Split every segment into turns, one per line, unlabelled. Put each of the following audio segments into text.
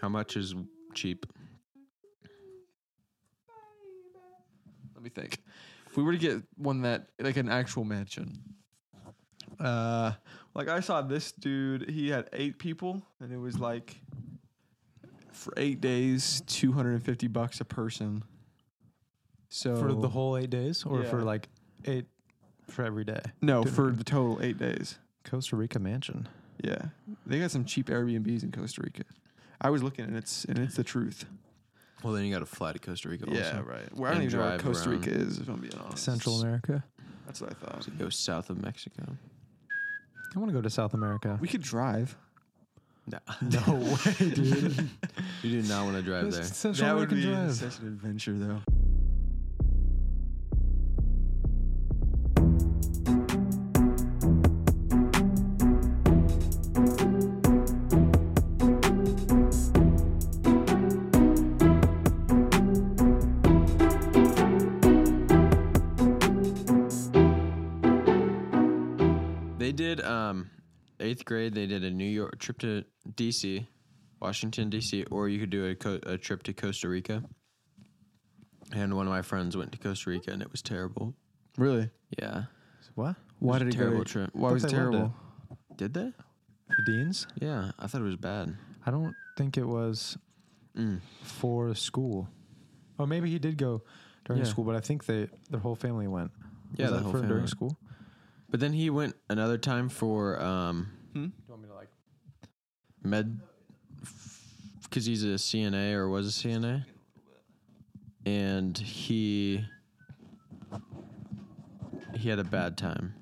How much is cheap?
Let me think. If we were to get one that like an actual mansion, uh, like I saw this dude, he had eight people, and it was like for eight days, two hundred and fifty bucks a person. So
for the whole eight days, or for
Yeah.
like eight for every day.
no,
Dude.
for the total eight days.
Costa Rica mansion.
Yeah, they got some cheap Airbnbs in Costa Rica. I was looking, and it's and it's the truth.
Well, then you got to fly to Costa Rica. also.
right. Well, I don't
And
even know where
drive
Costa
around.
Rica is. If I'm being honest,
Central America.
That's what I thought.
To go south of Mexico.
I want to go to South America.
We could drive.
No,
No way, dude.
you do not want to drive there.
Central American drive.
such an adventure, though.
They did um eighth grade. They did a New York trip to D.C., Washington D.C., or you could do a, co- a trip to Costa Rica. And one of my friends went to Costa Rica, and it was terrible.
Really?
Yeah,
What?
Why
was
did
a
it
terrible
go?
trip.
Why
Thought
was it
they loved
terrible?
did they?
The Deans?
Yeah, I thought it was bad.
I don't think it was
Mm.
for school. Oh, maybe he did go during
Yeah.
school, but I think they their whole family went.
Yeah,
was
the
that
whole
for
family.
during school.
But then he went another time for um
Hmm?
You want me to like?
med because he's a CNA or was a CNA, and he he had a bad time,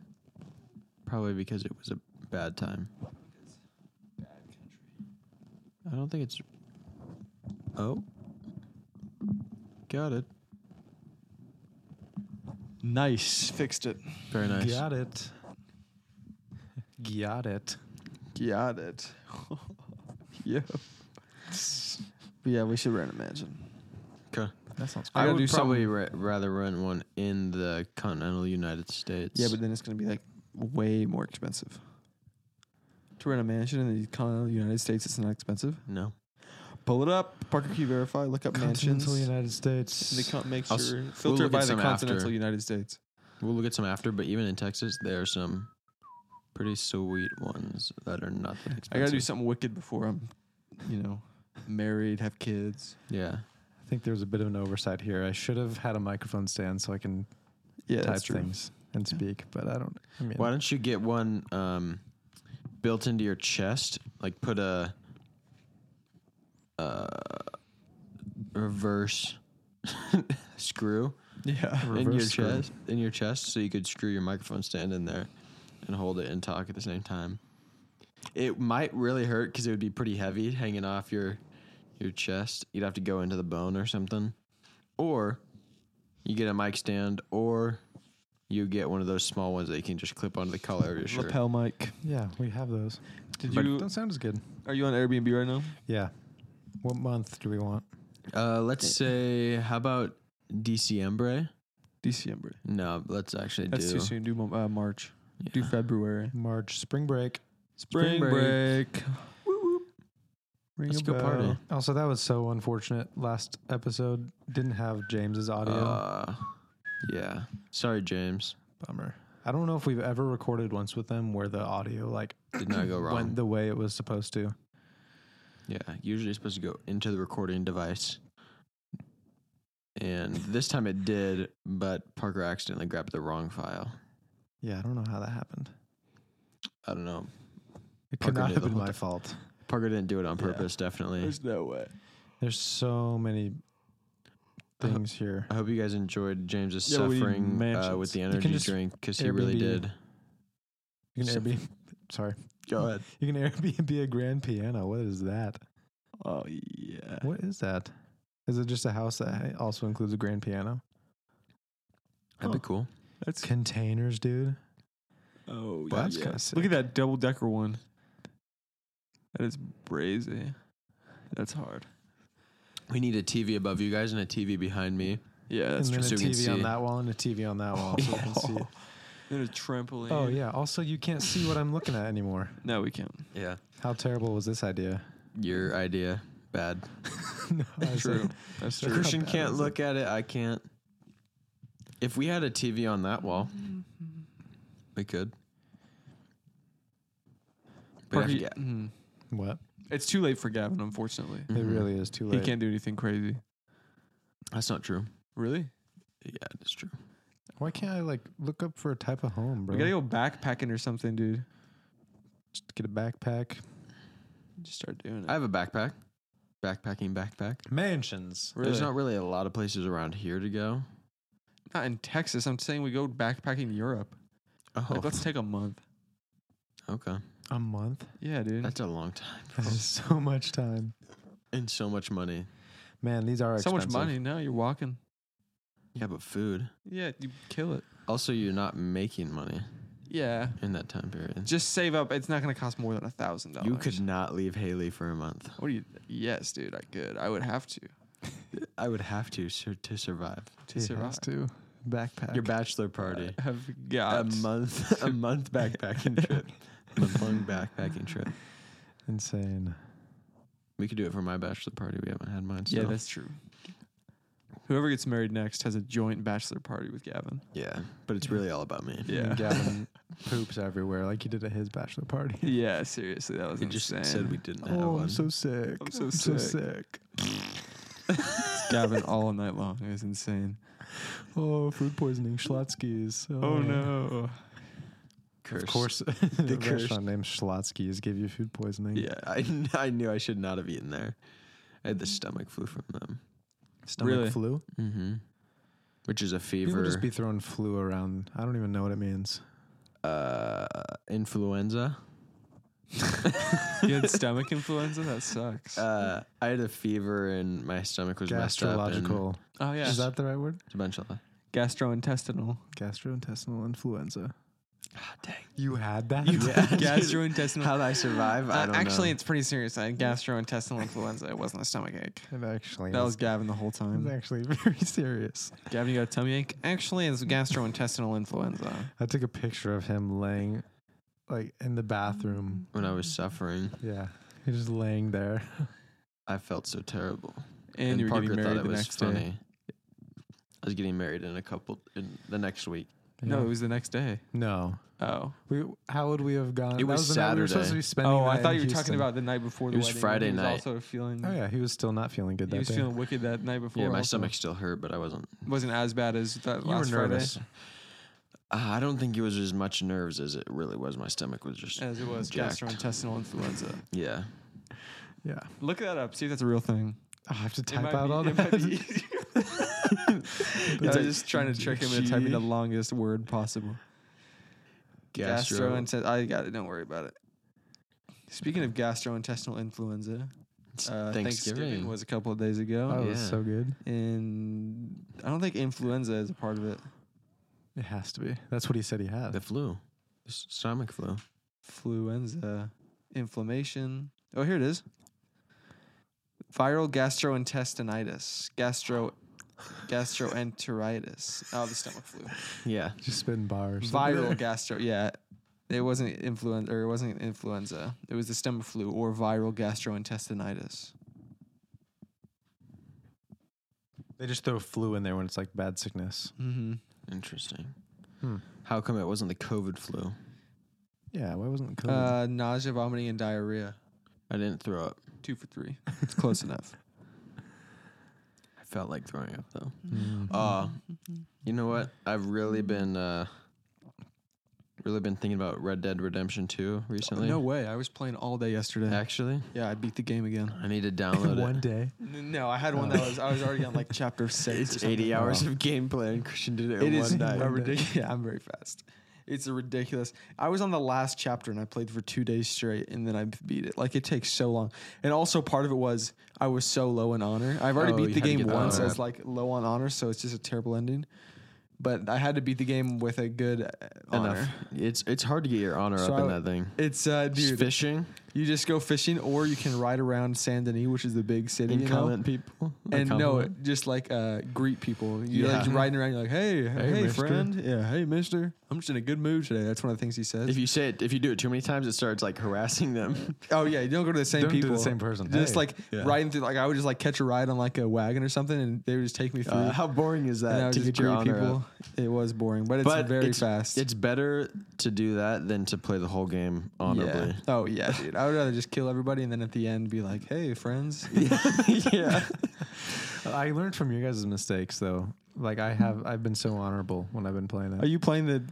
probably because it was a bad time. I don't think it's. Oh, got it.
Nice. Fixed it.
Very nice.
Got it. Got it.
Got it. yeah. But yeah, we should rent a mansion.
Okay.
That sounds
I
I
gotta
would
do
probably ra- rather rent one in the continental United States.
Yeah, but then it's gonna be like way more expensive. To rent a mansion in the continental United States, it's not expensive.
no.
Pull it up, Parker Key Verify. Look up mansions.
Continental
And
United States.
they con- make
I'll
sure
s- we'll
filter
look at
by the
some after.
continental United States.
We'll look at some after, but even in Texas, there are some pretty sweet ones that are not that expensive.
I gotta do something wicked before I'm, you know, married, have kids.
Yeah,
I think there's a bit of an oversight here. I should have had a microphone stand so I can
Yeah,
type
that's true.
things and
Yeah.
speak, but I don't. I mean,
Why don't you get one um, built into your chest? Like put a uh, reverse screw
Yeah.
in your
Reverse screw.
chest, in your chest, so you could screw your microphone stand in there and hold it and talk at the same time. It might really hurt because it would be pretty heavy hanging off your your chest. You'd have to go into the bone or something, or you get a mic stand, or you get one of those small ones that you can just clip onto the collar of your shirt.
Lapel mic.
Yeah, we have those.
Did
But-
you?
Don't sound as good.
Are you on Airbnb right now?
Yeah. What month do we want?
Uh, let's say, how about December?
December.
No, let's actually
That's
do
too soon. Do uh, March.
yeah.
Do February.
March spring break.
Spring break.
Ring
Let's
a
go
bell.
party.
Also, that was so unfortunate. Last episode didn't have James's audio.
Uh, yeah. Sorry, James.
Bummer. I don't know if we've ever recorded once with them where the audio like
Did not go wrong.
went the way it was supposed to.
Yeah, usually it's supposed to go into the recording device. And this time it did, but Parker accidentally grabbed the wrong file.
Yeah, I don't know how that happened.
I don't know.
It could
Parker
not
knew
have
the
been
whole
my
time.
fault.
Parker didn't do it on
Yeah.
purpose, definitely.
There's no way.
There's so many
I ho-
things here.
I hope you guys enjoyed James's
Yeah, we need
suffering uh,
mansions.
with the
can
energy
just
drink because he really
Airbnb.
did.
You can
so-
Airbnb. Sorry.
Go ahead.
You can Airbnb a grand piano. What is that?
Oh yeah.
What is that? Is it just a house that also includes a grand piano?
That'd be cool.
That's
Containers, dude.
oh
Well, that's
yeah.
kinda sick.
Look at that double decker one. That is brazy. That's hard.
We need a TV above you guys and a TV behind me.
Yeah, that's
and
true.
then
so
a
we can
TV on
see.
that wall and a TV on that wall. so we can see.
Then a trampoline.
Oh yeah. Also, you can't see what I'm looking at anymore.
No, we can't.
Yeah.
How terrible was this idea?
Your idea. bad.
No, I said-
That's
That's
true.
not
Christian
bad,
can't
is it?
look at it. I can't. If we had a TV on that wall, we could. But I
Perky-
forget-
mhm.
What?
It's too late for Gavin, unfortunately.
It
Mhm.
really is too
Mm-hmm. He
late.
can't do anything crazy.
That's not true.
Really?
Yeah, it's true.
Why can't I like look up for a type of home, bro?
We gotta go backpacking or something, dude.
Just get a backpack.
Just start doing it.
I have a backpack. Backpacking backpack.
Mansions.
Really?
There's not really a lot of places around here to go.
Not in Texas. I'm saying we go backpacking Europe.
Oh,
Like, let's take a month.
okay.
A month?
Yeah, dude.
That's a long time
That's just so much time.
and so much money.
Man, these are
so much
expensive.
money. No, you're walking.
Yeah, but food.
Yeah, you kill it.
Also, you're not making money
Yeah.
in that time period.
Just save up. It's not gonna cost more than a thousand dollars.
you could not leave Haley for a month.
What do you? Yes, dude. I could. I would have to.
I would have to sur- to survive
To
He
survive.
has to backpack.
your bachelor party.
I have got.
a month, a month backpacking trip, month long backpacking trip.
Insane.
We could do it for my bachelor party. We haven't had mine.
Yeah,
so-
that's true. Whoever gets married next has a joint bachelor party with Gavin.
yeah, but it's really all about me.
Yeah.
And Gavin poops everywhere like he did at his bachelor party.
Yeah, seriously, that was
It just
insane.
said we didn't have
Oh,
one.
I'm so sick.
I'm so
sick.
Gavin all night long. It was insane.
Oh, food poisoning, Schlotzky's.
Oh, no.
Cursed.
Of course, the
curse.
restaurant named Schlotzky's gave you food poisoning.
Yeah,
I, kn- I knew I should not have eaten there. I had the stomach flu from them.
Stomach
Really?
flu.
Mm-hmm. Which is a
People
fever,
just be throwing flu around. I don't even know what it means.
uh, influenza.
you had stomach influenza. That sucks.
Uh, I had a fever and my stomach was messed up. and
Gastrological.
oh yeah,
Is that the right word?
A bunch of. Ah,
gastrointestinal.
Gastrointestinal influenza.
dang.
You had that?
gastrointestinal.
How would I survive? I
Uh,
don't
actually,
know.
it's pretty serious. I had gastrointestinal influenza. It wasn't a stomach ache.
It actually
That was Gavin the whole
it's
time.
actually very serious.
Gavin, you got a tummy ache? Actually, it's gastrointestinal influenza.
I took a picture of him laying like in the bathroom.
when I was suffering,
Yeah. He's just laying there.
I felt so terrible.
And, you were
Parker
getting
thought
married
it
the
was
next
funny.
day.
I was getting married in a couple in the next week.
No,
Yeah.
it was the next day.
No.
Oh,
We how would we have gone?
It was
the night we were supposed to
Saturday.
be spending.
oh!
the
I
night
thought
in
you were talking
Houston.
about the night before.
It
the
was
wedding, when
Friday
he was
night.
Also feeling.
Oh yeah, he was still not feeling good that
He was
day.
feeling wicked that night before.
Yeah, my
also.
stomach still hurt, but I wasn't.
wasn't as bad as that
You were
last
nervous.
Friday
Uh, I don't think it was as much nerves as it really was. My stomach was just
as it was
Jacked.
gastrointestinal influenza.
yeah.
yeah, Oh,
Look that up. See if that's a real thing.
I have to
It
type
might
out
be-
all
it might be
that.
easier. I was just trying to trick him into typing the
G-
longest word possible.
Gastro.
Gastrointestinal. I got it. Don't worry about it. Speaking of gastrointestinal influenza, uh, Thanksgiving. was a couple of days
Oh,
ago,
it was
yeah.
so good.
and I don't think influenza is a part of it.
It has to be. That's what he said he had.
the flu, the s- stomach flu.
Influenza, inflammation. Oh, here it is. Viral gastrointestinitis, gastro, gastroenteritis. Oh, the stomach flu.
Yeah,
Just spitting bars.
Viral gastro. Yeah, it wasn't influenza, or it wasn't influenza. It was the stomach flu or viral gastrointestinitis.
They just throw flu in there when it's like bad sickness.
Mm-hmm.
interesting.
Hmm.
How come it wasn't the COVID flu?
Yeah, why wasn't it COVID?
Uh, nausea, vomiting, and diarrhea.
I didn't throw up.
Two for three. It's close enough.
I felt like throwing up though.
Mm-hmm.
Mm.
Uh, you know what? I've really been uh, really been thinking about Red Dead Redemption 2 recently.
No way. I was playing all day yesterday.
actually,
yeah, I beat the game again. Oh.
I need to download it.
One day.
N- No, I had one that was I was already on like chapter six. or
It's
something.
80 hours
Wow.
of gameplay, and Christian did it, in
It is
one
a
night.
ridiculous. Yeah, I'm very fast. It's a ridiculous. I was on the last chapter and I played for two days straight, and then I beat it. Like it takes so long. And also, part of it was I was so low in honor. I've already
Oh,
beat
you
the
had to
game
get the
once
honor
as
up.
like low on honor, so it's just a terrible ending. But I had to beat the game with a good uh, honor.
Enough. It's it's hard to get your honor
So
up in
I-
that thing.
It's uh,
Just
dude.
fishing.
You just go fishing, or you can ride around Saint Denis, which is the big city,
And
you know?
comment people. Or
and no,
compliment.
just like uh, greet people. You
Yeah.
like riding around, you're like, hey, hey,
mister."
friend, yeah, hey, mister. I'm just in a good mood today. That's one of the things he says.
if you say it, if you do it too many times, it starts like harassing them.
oh yeah, you don't go to the same
Don't do the
people,
same person.
Just
Hey.
like
Yeah.
riding through, like I would just like catch a ride on like a wagon or something, and they would just take me through.
Uh, how boring is
and I
that
would
to
just
get your
greet
honor
people.
up?
It was boring, but it's very
it's,
fast.
It's better to do that than to play the whole game honorably.
Yeah. Oh yeah, dude. I would rather just kill everybody and then at the end be like, "Hey, friends."
yeah.
I learned from your guys' mistakes though. Like I have, I've been so honorable when I've been playing it.
Are you playing the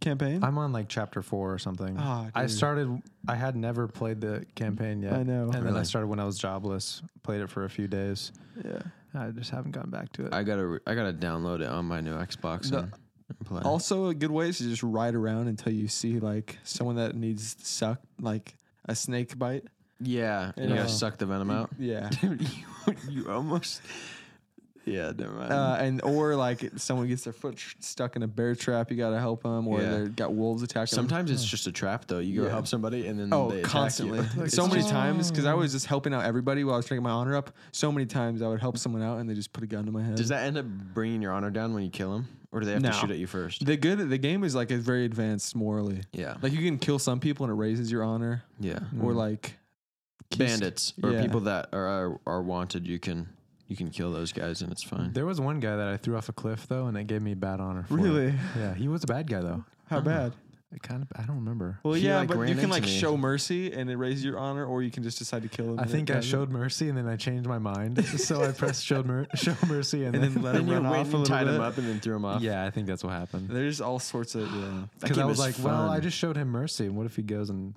campaign?
I'm on like chapter four or something.
Ah,
I
dude.
started. I had never played the campaign yet.
I know.
And then I
Really?
started when I was jobless. Played it for a few days.
yeah.
I just haven't gone back to it.
I gotta re- I gotta download it on my new Xbox
The-
and, and play.
Also, a good way is to just ride around until you see like someone that needs suck, like a snake bite.
yeah, and you
Yeah.
gotta suck the venom out.
Yeah.
Dude, you, you almost. Yeah, never mind.
Uh, and or like someone gets their foot sh- stuck in a bear trap, you gotta help them, or
Yeah.
they they got wolves attacking. 'em.
Sometimes it's just a trap, though. You go
Yeah.
help somebody, and then
Oh,
they attack
constantly.
You.
so
It's
many
just-
times, because I was just helping out everybody while I was drinking my honor up. So many times I would help someone out and they just put a gun to my head.
Does that end up bringing your honor down when you kill them, or do they have
No.
to shoot at you first?
The good the game is like it's very advanced morally.
Yeah,
Like you can kill some people and it raises your honor,
yeah.
or like keys-
Bandits or
yeah.
people that are, are are wanted, you can you can kill those guys, and it's fine.
there was one guy that I threw off a cliff though, and it gave me bad honor. For it.
Really?
Yeah, he was a bad guy though.
Uh-huh.
How bad?
I kind of. I don't remember.
Well,
He,
yeah,
like,
but you
ran
can like
into me.
show mercy and it raises your honor, or you can just decide to kill him.
I
and
think
it
I
doesn't.
showed mercy and then I changed my mind. so I pressed showed mer- show mercy and,
and then let
Then
him
you
run
went
off a
and
little
tied
bit.
him up and then threw him off.
yeah, I think that's what happened.
There's all sorts of yeah.
That
Because I
game
was
is
like, well, I
fun.
just showed him mercy, and what if he goes and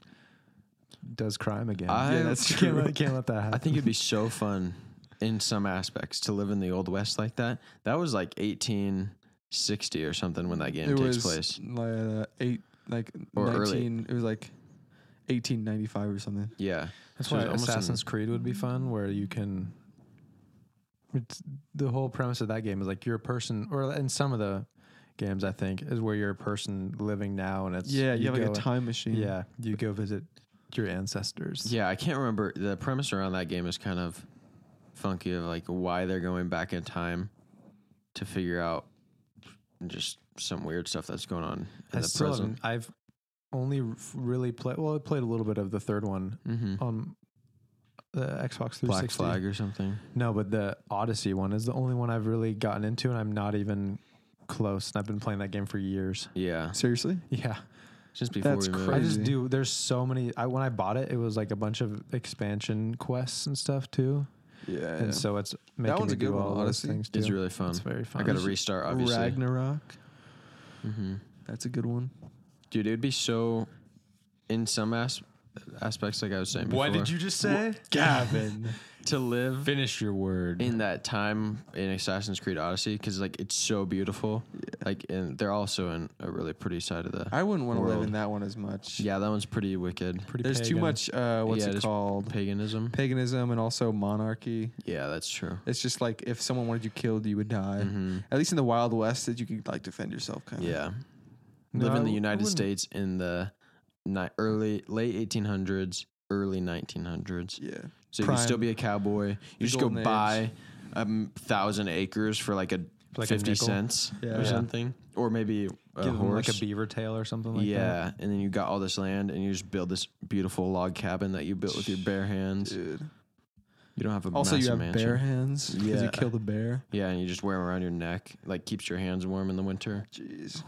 does crime again?
I-
Yeah, that's
can't,
true.
let, can't let that happen.
I think it'd be so fun in some aspects to live in the old west like that. That was like 1860 or something when that game
it
takes
was
place.
like uh, eight, like
Or early.
nineteen. It was like eighteen ninety five or something.
Yeah,
That's
So
why
it's almost in-
Assassin's Creed would be fun, where you can. It's the whole premise of that game is like you're a person, or in some of the games, I think, is where you're a person living now, and it's
Yeah, you, have like
go-
a time machine.
Yeah, you go visit your ancestors.
Yeah, I can't remember. The premise around that game is kind of funky of like why they're going back in time to figure out just some weird stuff that's going on in
I
the
still
present.
haven't. I've only r- really played. Well, I played a little bit of the third one
Mm-hmm.
on the Xbox 360.
Black Flag or something.
No, but the Odyssey one is the only one I've really gotten into, and I'm not even close. And I've been playing that game for years.
Yeah,
Seriously?
Yeah,
just before
That's
we moved.
I
crazy.
just do. There's so many. I when I bought it, it was like a bunch of expansion quests and stuff too,
Yeah.
and so it's making
one's
me
a good
do
one,
all those
Odyssey.
things too.
It's really fun.
It's very fun.
I got to restart, obviously.
Ragnarok.
hmm
That's a good one.
Dude, it'd be so in some as- aspects, like I was saying. Before,
just say?
Gavin.
to live
Finish your word.
in that time in Assassin's Creed Odyssey? Because like it's so beautiful. Like, and they're also in a really pretty side of the.
I wouldn't want to live
World.
in that one as much.
Yeah, that one's pretty wicked.
Pretty
There's too
pagan.
much. Uh, what's
Yeah,
it
just-
called?
Paganism.
Paganism and also monarchy.
Yeah, that's true.
It's just like if someone wanted you killed, you would die.
Mm-hmm.
At least in the Wild West, that you could like defend yourself. Kind of.
Yeah.
No,
Live
I
in the
w- I
United
wouldn't.
States in the ni- early late 1800s, early 1900s.
Yeah.
So you
Prime.
can still be a cowboy. You just go
golden age.
buy a um, thousand acres for like a
Like a
50
nickel.
cents
Yeah.
or
Yeah.
something, or maybe a
Give them
horse.
like a beaver tail or something like that.
yeah, and then you got all this land, and you just build this beautiful log cabin that you built with your bare hands.
Dude.
You don't have a
Also, you
massive
have
mansion.
bear hands because you
Yeah.
kill the bear.
Yeah, and you just wear them around your neck, like keeps your hands warm in the winter.
Jeez.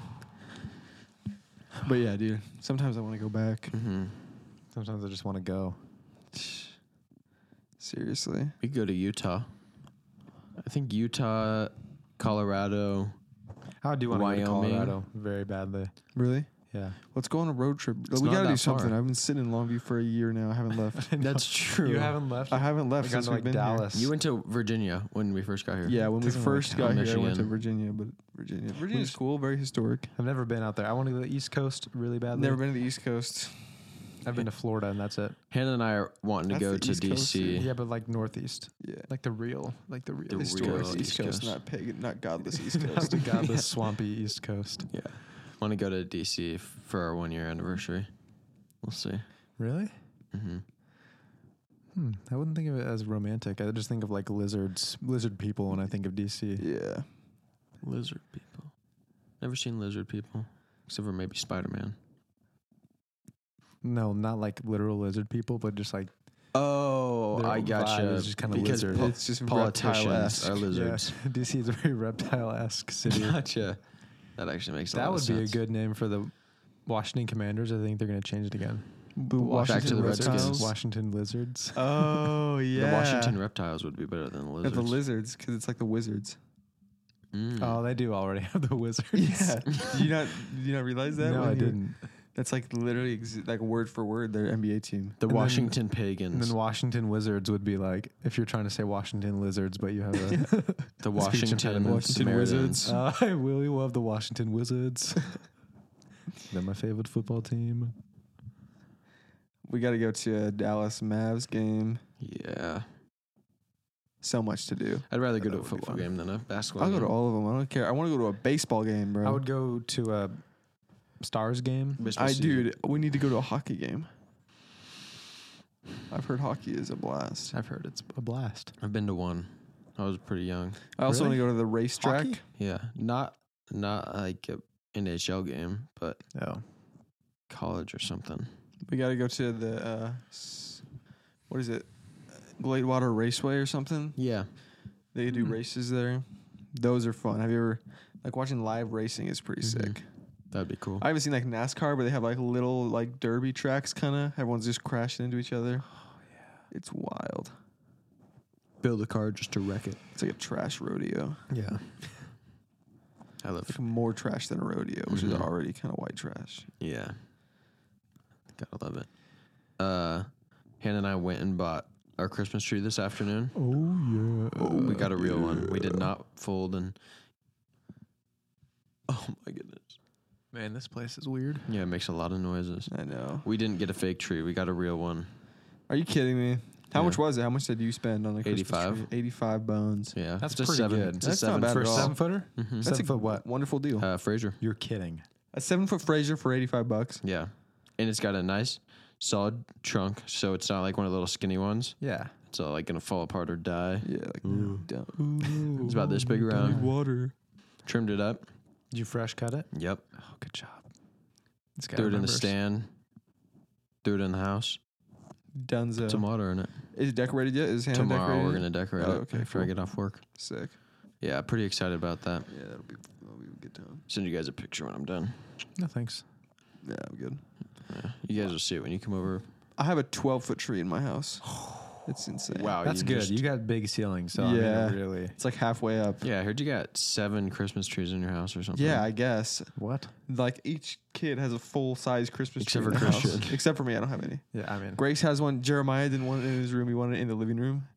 But yeah, dude. Sometimes I want to go back.
hmm
Sometimes I just want to go.
Seriously.
We could go to Utah. I think Utah, Colorado.
I do want to go to
Wyoming.
Colorado very badly.
Really?
Yeah.
Let's go on a road trip.
It's
we
not
gotta do
that far.
something. I've been sitting in Longview for a year now. I haven't left.
That's true.
You haven't left.
I haven't
I
left
got
since
to,
we've
like
been here.
Dallas.
You went to Virginia when we first got here.
Yeah, when we
Doesn't
first
work
got
out.
here, I went to
Michigan.
Virginia, but Virginia, Virginia's cool, very historic.
I've never been out there. I want to go to the East Coast really
I've
badly.
never been to the East Coast.
I've been to Florida and that's it.
Hannah and I are wanting to
That's
go
the
to
East Coast,
DC.
Yeah, but like Northeast,
Yeah,
like the real, like the real,
The
historic
real
East,
East
Coast,
Coast.
not pagan, not godless East
Not
Coast.
the godless, swampy East Coast.
Yeah. Want to go to DC f- for our one year anniversary. We'll see.
Really?
hmm
Hmm, I wouldn't think of it as romantic. I just think of like lizards, lizard people when I think of DC.
Yeah.
Lizard people. Never seen lizard people, except for maybe Spider Man.
No, not like literal lizard people, but just like
Oh,
Their
I gotcha.
vibe is just kinda
because
lizard.
po-
It's just
politicians
reptile-esque.
are
Yeah.
lizards.
Yeah, DC is a very reptile esque city.
Gotcha. That actually makes a
that
lot
would
of sense.
be a good name for the Washington Commanders. I think they're going to change it again.
Washington Back to the
Wizards,
Redskins.
Washington Lizards.
Oh yeah.
The Washington reptiles would be better than the
Yeah,
lizards.
the lizards, because it's like the wizards.
Mm.
Oh, they do already have the Wizards.
did you not? Did you not realize that?
no,
when
I
you-
didn't.
That's like literally exa- like word for word their NBA team.
the
then-
Washington
And
pagans.
then Washington Wizards would be like if you're trying to say Washington Lizards, but you have a.
the
speech
Washington,
impediment. Washington
Samaritans.
Uh, I really love the Washington Wizards. They're my favorite football team.
We got to go to a Dallas Mavs game.
yeah.
So much to do.
I'd rather go to a
That would be
football
fun.
game than a basketball
I'll go
game.
to all of them. I don't care. I want to go to a baseball game, bro.
I would go to a Stars game.
Christmas
I
Eve.
dude, we need to go to a hockey game. I've heard hockey is a blast.
I've heard it's a blast.
I've been to one. I was pretty young.
I also
Really?
want to go to the racetrack.
Hockey?
Yeah. Not not like a NHL game, but
Oh,
college or something.
We got to go to the uh, s- what is it, Gladewater Raceway or something.
Yeah.
They do
Mhm.
races there. Those are fun. Have you ever like watching live racing is pretty
Mm-hmm.
Mhm.
sick.
That'd be cool.
I haven't seen like NASCAR, but they have like little like derby tracks, kind of. Everyone's just crashing into each other. Oh yeah, it's wild.
build a car just to wreck it.
It's like a trash rodeo.
yeah.
I love
It's like more trash than a rodeo, which is
Mm-hmm.
Mhm.
already kind of white trash.
Yeah. Gotta love it. Uh Hannah and I went and bought our Christmas tree this afternoon.
Oh yeah.
we got a real one. We did not fold and Oh my goodness.
Man, this place is weird.
Yeah, it makes a lot of noises.
I know.
We didn't get a fake tree. We got a real one.
Are you kidding me? How
Yeah.
much was it? How much did you spend on the Christmas
85.
tree? 85 bones.
Yeah.
That's
it's a
pretty
seven.
good.
It's
That's
a
not
seven
bad at
for
all.
seven.
Seven footer?
Mm-hmm.
That's
Seven
a
foot what?
Wonderful deal.
Uh, Fraser.
You're kidding.
a seven foot Fraser for 85 bucks.
Yeah. And it's got a nice solid trunk, so it's not like one of the little skinny ones.
Yeah.
It's all like gonna fall apart or die.
Yeah, like
Ooh.
dumb.
It's about this big
Need
around.
water.
Trimmed it up.
Did you fresh cut it?
Yep.
Oh, good job. This guy
Threw it in the
remembers.
stand. Threw it in the house.
Dunzo.
Put some water in it.
Is it decorated yet? Is Hannah
Tomorrow
decorated?
we're
it?
gonna decorate
Oh,
it
okay,
after I
cool.
get off work.
Sick.
Yeah, pretty excited about that.
Yeah, that'll be, that'll be a good time.
Send you guys a picture when I'm done.
No thanks.
Yeah, I'm good.
Yeah. You guys will see it when you come over.
I have a 12 foot tree in my house. It's insane.
Wow,
That's
Oh, you
good.
just-
you got big ceilings, so I
Yeah.
mean, it really.
It's like halfway up.
yeah, I heard you got seven Christmas trees in your house or something.
Yeah, I guess.
What?
Like each kid has a full size Christmas
Except
tree. in
for
their house.
Christian.
Except for me, I don't have any.
Yeah, I mean.
Grace has one. Jeremiah didn't want it in his room. He wanted it in the living room,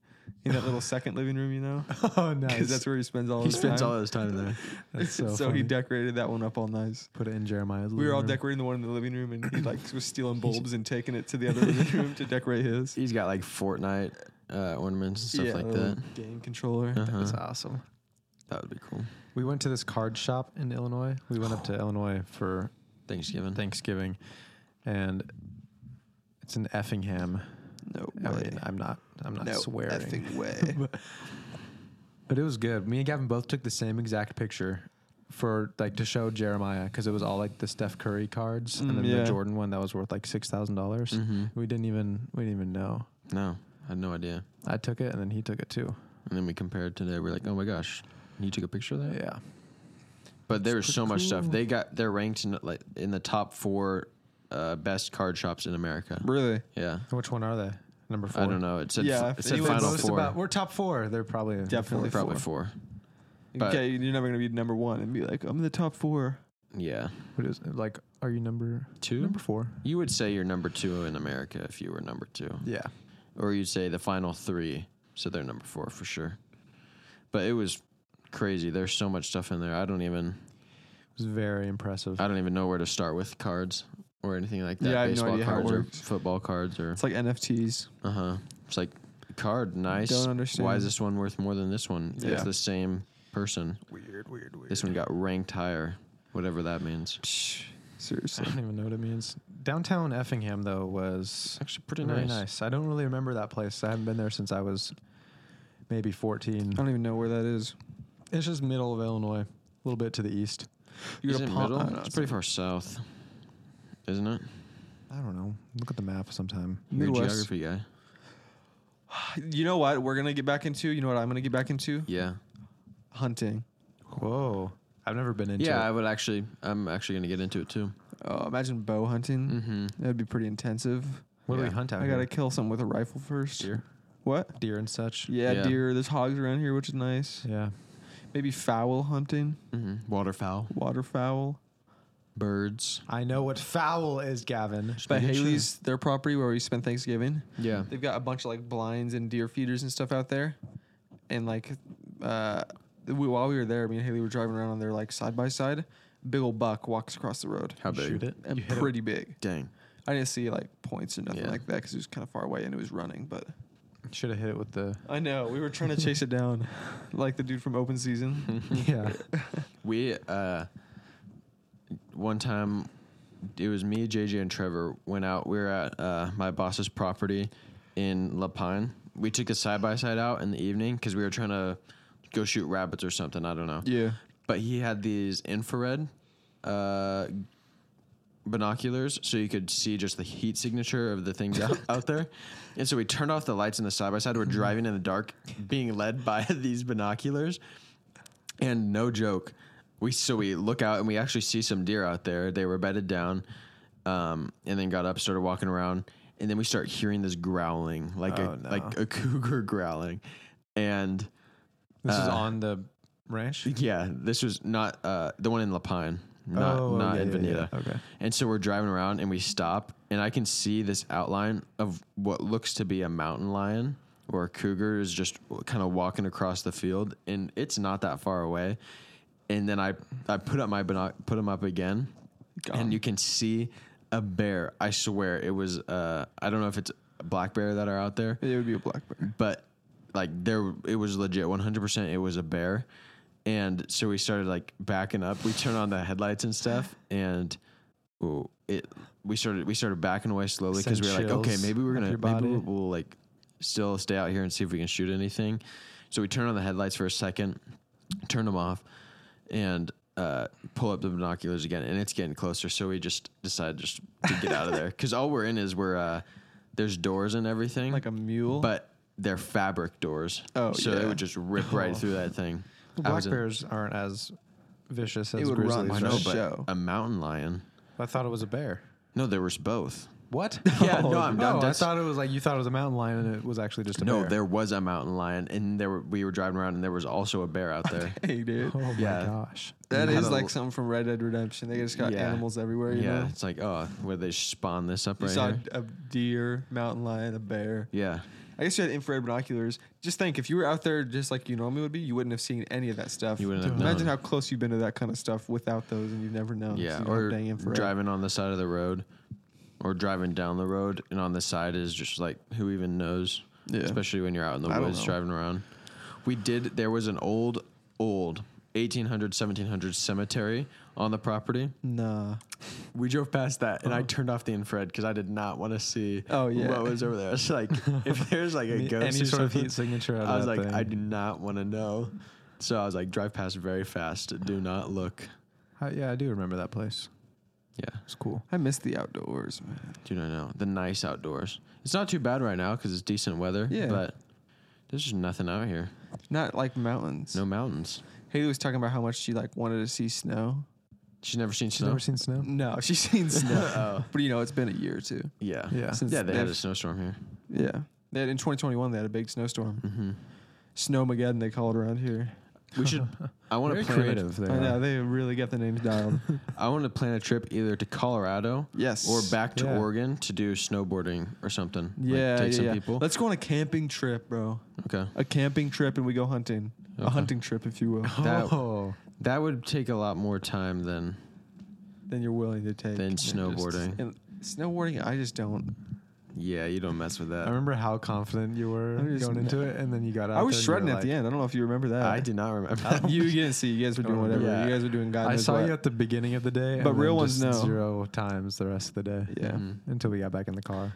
in that little second living room, you know,
Oh,
because
nice.
that's where he spends all
he
his
spends
time.
all his time there.
That's so
so he
funny.
decorated that one up all nice.
put it in Jeremiah's.
We were
living
all
Mm-hmm.
room.
decorating the one in the living room, and he like was stealing bulbs and taking it to the other living room to decorate his.
He's got like Fortnite uh, ornaments and stuff
Yeah,
like
the
that.
little Game controller.
Uh-huh.
That's awesome.
That would be cool.
We went to this card shop in Illinois. We went up to Illinois for
Thanksgiving.
Thanksgiving, and it's in Effingham.
No
I
way.
mean, I'm not. I'm not
no
swearing.
effing way.
But it was good. Me and Gavin both took the same exact picture for like to show Jeremiah because it was all like the Steph Curry cards
Mm,
and then
yeah.
the Jordan one that was worth like six dollars.
Mm-hmm.
We didn't even we didn't even know.
No, I had no idea.
I took it and then he took it too.
And then we compared today. We're like, oh my gosh, you took a picture of that.
Yeah,
But there was so much stuff.
cool.
They got they're ranked in like in the top four uh, best card shops in America.
really?
Yeah,
which one are they? Number four.
I don't know. It said
Yeah,
f-
if
it said
anyone
final
boasts
four.
we're top four. They're probably
Definitely
probably
four.
four. But-
okay, you're never gonna be number one and be like, I'm in the top four.
Yeah,
What is like? Are you number
Two?
Number four.
you would say you're number two in America if you were number two,
Yeah.
or you'd say the final three. So they're number four for sure. But it was crazy. There's so much stuff in there. I don't even
It was very impressive.
I don't even know where to start with cards or anything like that.
Yeah, I have no
Baseball
idea how it
cards or
works.
football cards or
It's like NFTs.
Uh huh. It's like card, nice.
Don't understand.
Why is this one worth more than this one?
Yeah.
It's the same person.
Weird, weird, weird.
This one got ranked higher, whatever that means.
Psh, Seriously.
I don't even know what it means. downtown Effingham though was
Actually, pretty
very
nice.
nice. I don't really remember that place. I haven't been there since I was maybe fourteen.
I don't even know where that is.
It's just middle of Illinois, a little bit to the east.
You're
Is it
upon-
middle?
I don't know,
it's pretty far south, isn't it?
I don't know. Look at the map sometime.
You're a
Midwest.
geography guy.
You know what? We're gonna get back into. You know what? I'm gonna get back into
Yeah.
hunting.
Whoa, I've never been into.
yeah, I
it.
would actually. I'm actually gonna get into it too.
Oh, imagine bow hunting.
Mm-hmm.
That'd be pretty intensive.
What do
yeah.
we hunt out
I
here?
gotta kill something with a rifle first.
deer,
What?
deer and such.
Yeah,
Yeah.
deer. There's hogs around here, which is nice.
Yeah.
Maybe fowl hunting,
Mm-hmm. Waterfowl,
waterfowl.
birds.
I know what foul is, Gavin.
By
making sure.
Haley's, their property where we spent Thanksgiving,
Yeah.
they've got a bunch of like blinds and deer feeders and stuff out there. And like, uh, we, while we were there, me and Haley were driving around on their like side by side. Big old buck walks across the road.
How big?
Shoot it.
And
You hit it.
pretty big.
Dang.
I didn't see like points or nothing
Yeah.
like that because it was kind of far away and it was running. But
Should have hit it with the.
I know we were trying to chase it down, like the dude from Open Season.
Yeah.
We uh, one time, it was me, JJ, and Trevor went out. We were at uh, my boss's property in Lapine. We took a side by side out in the evening because we were trying to go shoot rabbits or something. I don't know.
yeah.
But he had these infrared uh, binoculars, so you could see just the heat signature of the things out, out there. And so we turned off the lights in the side by side. We're
Mm-hmm.
driving in the dark, being led by these binoculars. And no joke, we so we look out and we actually see some deer out there. They were bedded down, um, and then got up, started walking around, and then we start hearing this growling, like
Oh,
a
no.
like a cougar growling, and
This is
Uh,
on the ranch.
yeah, this was not uh, the one in Lapine, not not in Veneta.
Oh, Okay.
And so we're driving around and we stop, and I can see this outline of what looks to be a mountain lion or a cougar is just kind of walking across the field, and it's not that far away. And then I, I put up my binoc- put them up again, and you can see a bear. I swear it was. Uh, I don't know if it's a black bear that are out there,
It would be a black bear.
but like there it was legit 100% it was a bear and so we started like backing up we turned on the headlights and stuff and ooh, it we started we started backing away slowly because
Send
we were like okay
chills
maybe we're
up
gonna
your
maybe
body.
we'll, we'll like still stay out here and see if we can shoot anything so we turn on the headlights for a second turn them off and uh, pull up the binoculars again and it's getting closer so we just decided just to get out of there because all we're in is we're uh, there's doors and everything
Like a mule.
but they're fabric doors.
Oh,
so
yeah. Oh.
it would just rip right through that thing. I
black
was in-
bears aren't as vicious as
It would run.
grizzlies.
I
It's
know,
a
but
show.
a mountain lion.
I thought it was a bear.
No, there was both.
What?
Yeah, no, I'm- I'm
no, I
just-
thought it was like you thought it was a mountain lion, and it was actually just a
No,
bear.
there was a mountain lion, and there were, we were driving around, and there was also a bear out there.
hey, dude.
Oh my
Yeah.
gosh.
That
We had
is
a
like
l-
something from Red Dead Redemption. They just got
Yeah.
animals everywhere, you
yeah,
know?
it's like oh, where they spawn this up
You
right
saw
here.
a deer, mountain lion, a bear.
Yeah,
I guess you had infrared binoculars. Just think, if you were out there just like you normally would be, you wouldn't have seen any of that stuff.
You wouldn't have
Imagine
known.
how close you've been to that kind of stuff without those, and you've never known.
yeah,
so you
or
don't have dang infrared.
driving on the side of the road, or driving down the road, and on the side is just like who even knows.
Yeah.
especially when you're out in the
I don't
woods
know.
driving around. We did. There was an old, old 1800, 1700 cemetery on the property.
Nah.
We drove past that, and I turned off the infrared because I did not want to see.
Oh, yeah.
what was over there? It's like if there's like a
Any-
ghost,
any
or
sort of
something,
heat signature out of
I was
that
like, I
thing.
do not want to know. So I was like, drive past very fast. Do not look.
I, yeah, I do remember that place.
Yeah,
It's cool.
I miss the outdoors, man.
do not know the nice outdoors. It's not too bad right now because it's decent weather.
Yeah.
but there's just nothing out here.
Not like mountains.
No mountains.
Haley was talking about how much she like wanted to see snow.
She's never seen
She's
snow.
never seen snow.
No, she's seen snow.
oh.
but you know, it's been a year or two.
Yeah.
Yeah.
Since
yeah, they had a
they've-
snowstorm here. Mm-hmm.
Yeah. They had, in 2021, they had a big snowstorm. Snowmageddon, they call it around here.
We should. I want to
Very
plan.
creative. They
I know,
are.
they really got the names dialed.
A, I want to plan a trip either to Colorado
yes.
or back to
Yeah.
Oregon to do snowboarding or something. Like,
Yeah,
take
yeah,
some
yeah.
people.
Let's go on a camping trip, bro.
okay.
A camping trip and we go hunting. A
Okay.
hunting trip, if you will,
That-
oh,
That would take a lot more time than
than you're willing to take.
than
And just-
snowboarding.
and snowboarding, I just don't.
Yeah, you don't mess with
I
that.
remember how confident you were
I'm just-
going into it, and then you got out.
I was
there and
shredding
you were
at the
like-
end. I don't know if you remember that.
I do not remember.
You didn't see. You guys were doing whatever.
Yeah.
You guys were doing God
I
knows
saw
what.
you at the beginning of the day,
But
and
real
then
ones,
just
no.
zero times the rest of the day
Yeah.
Mhm.
until we got back in the car.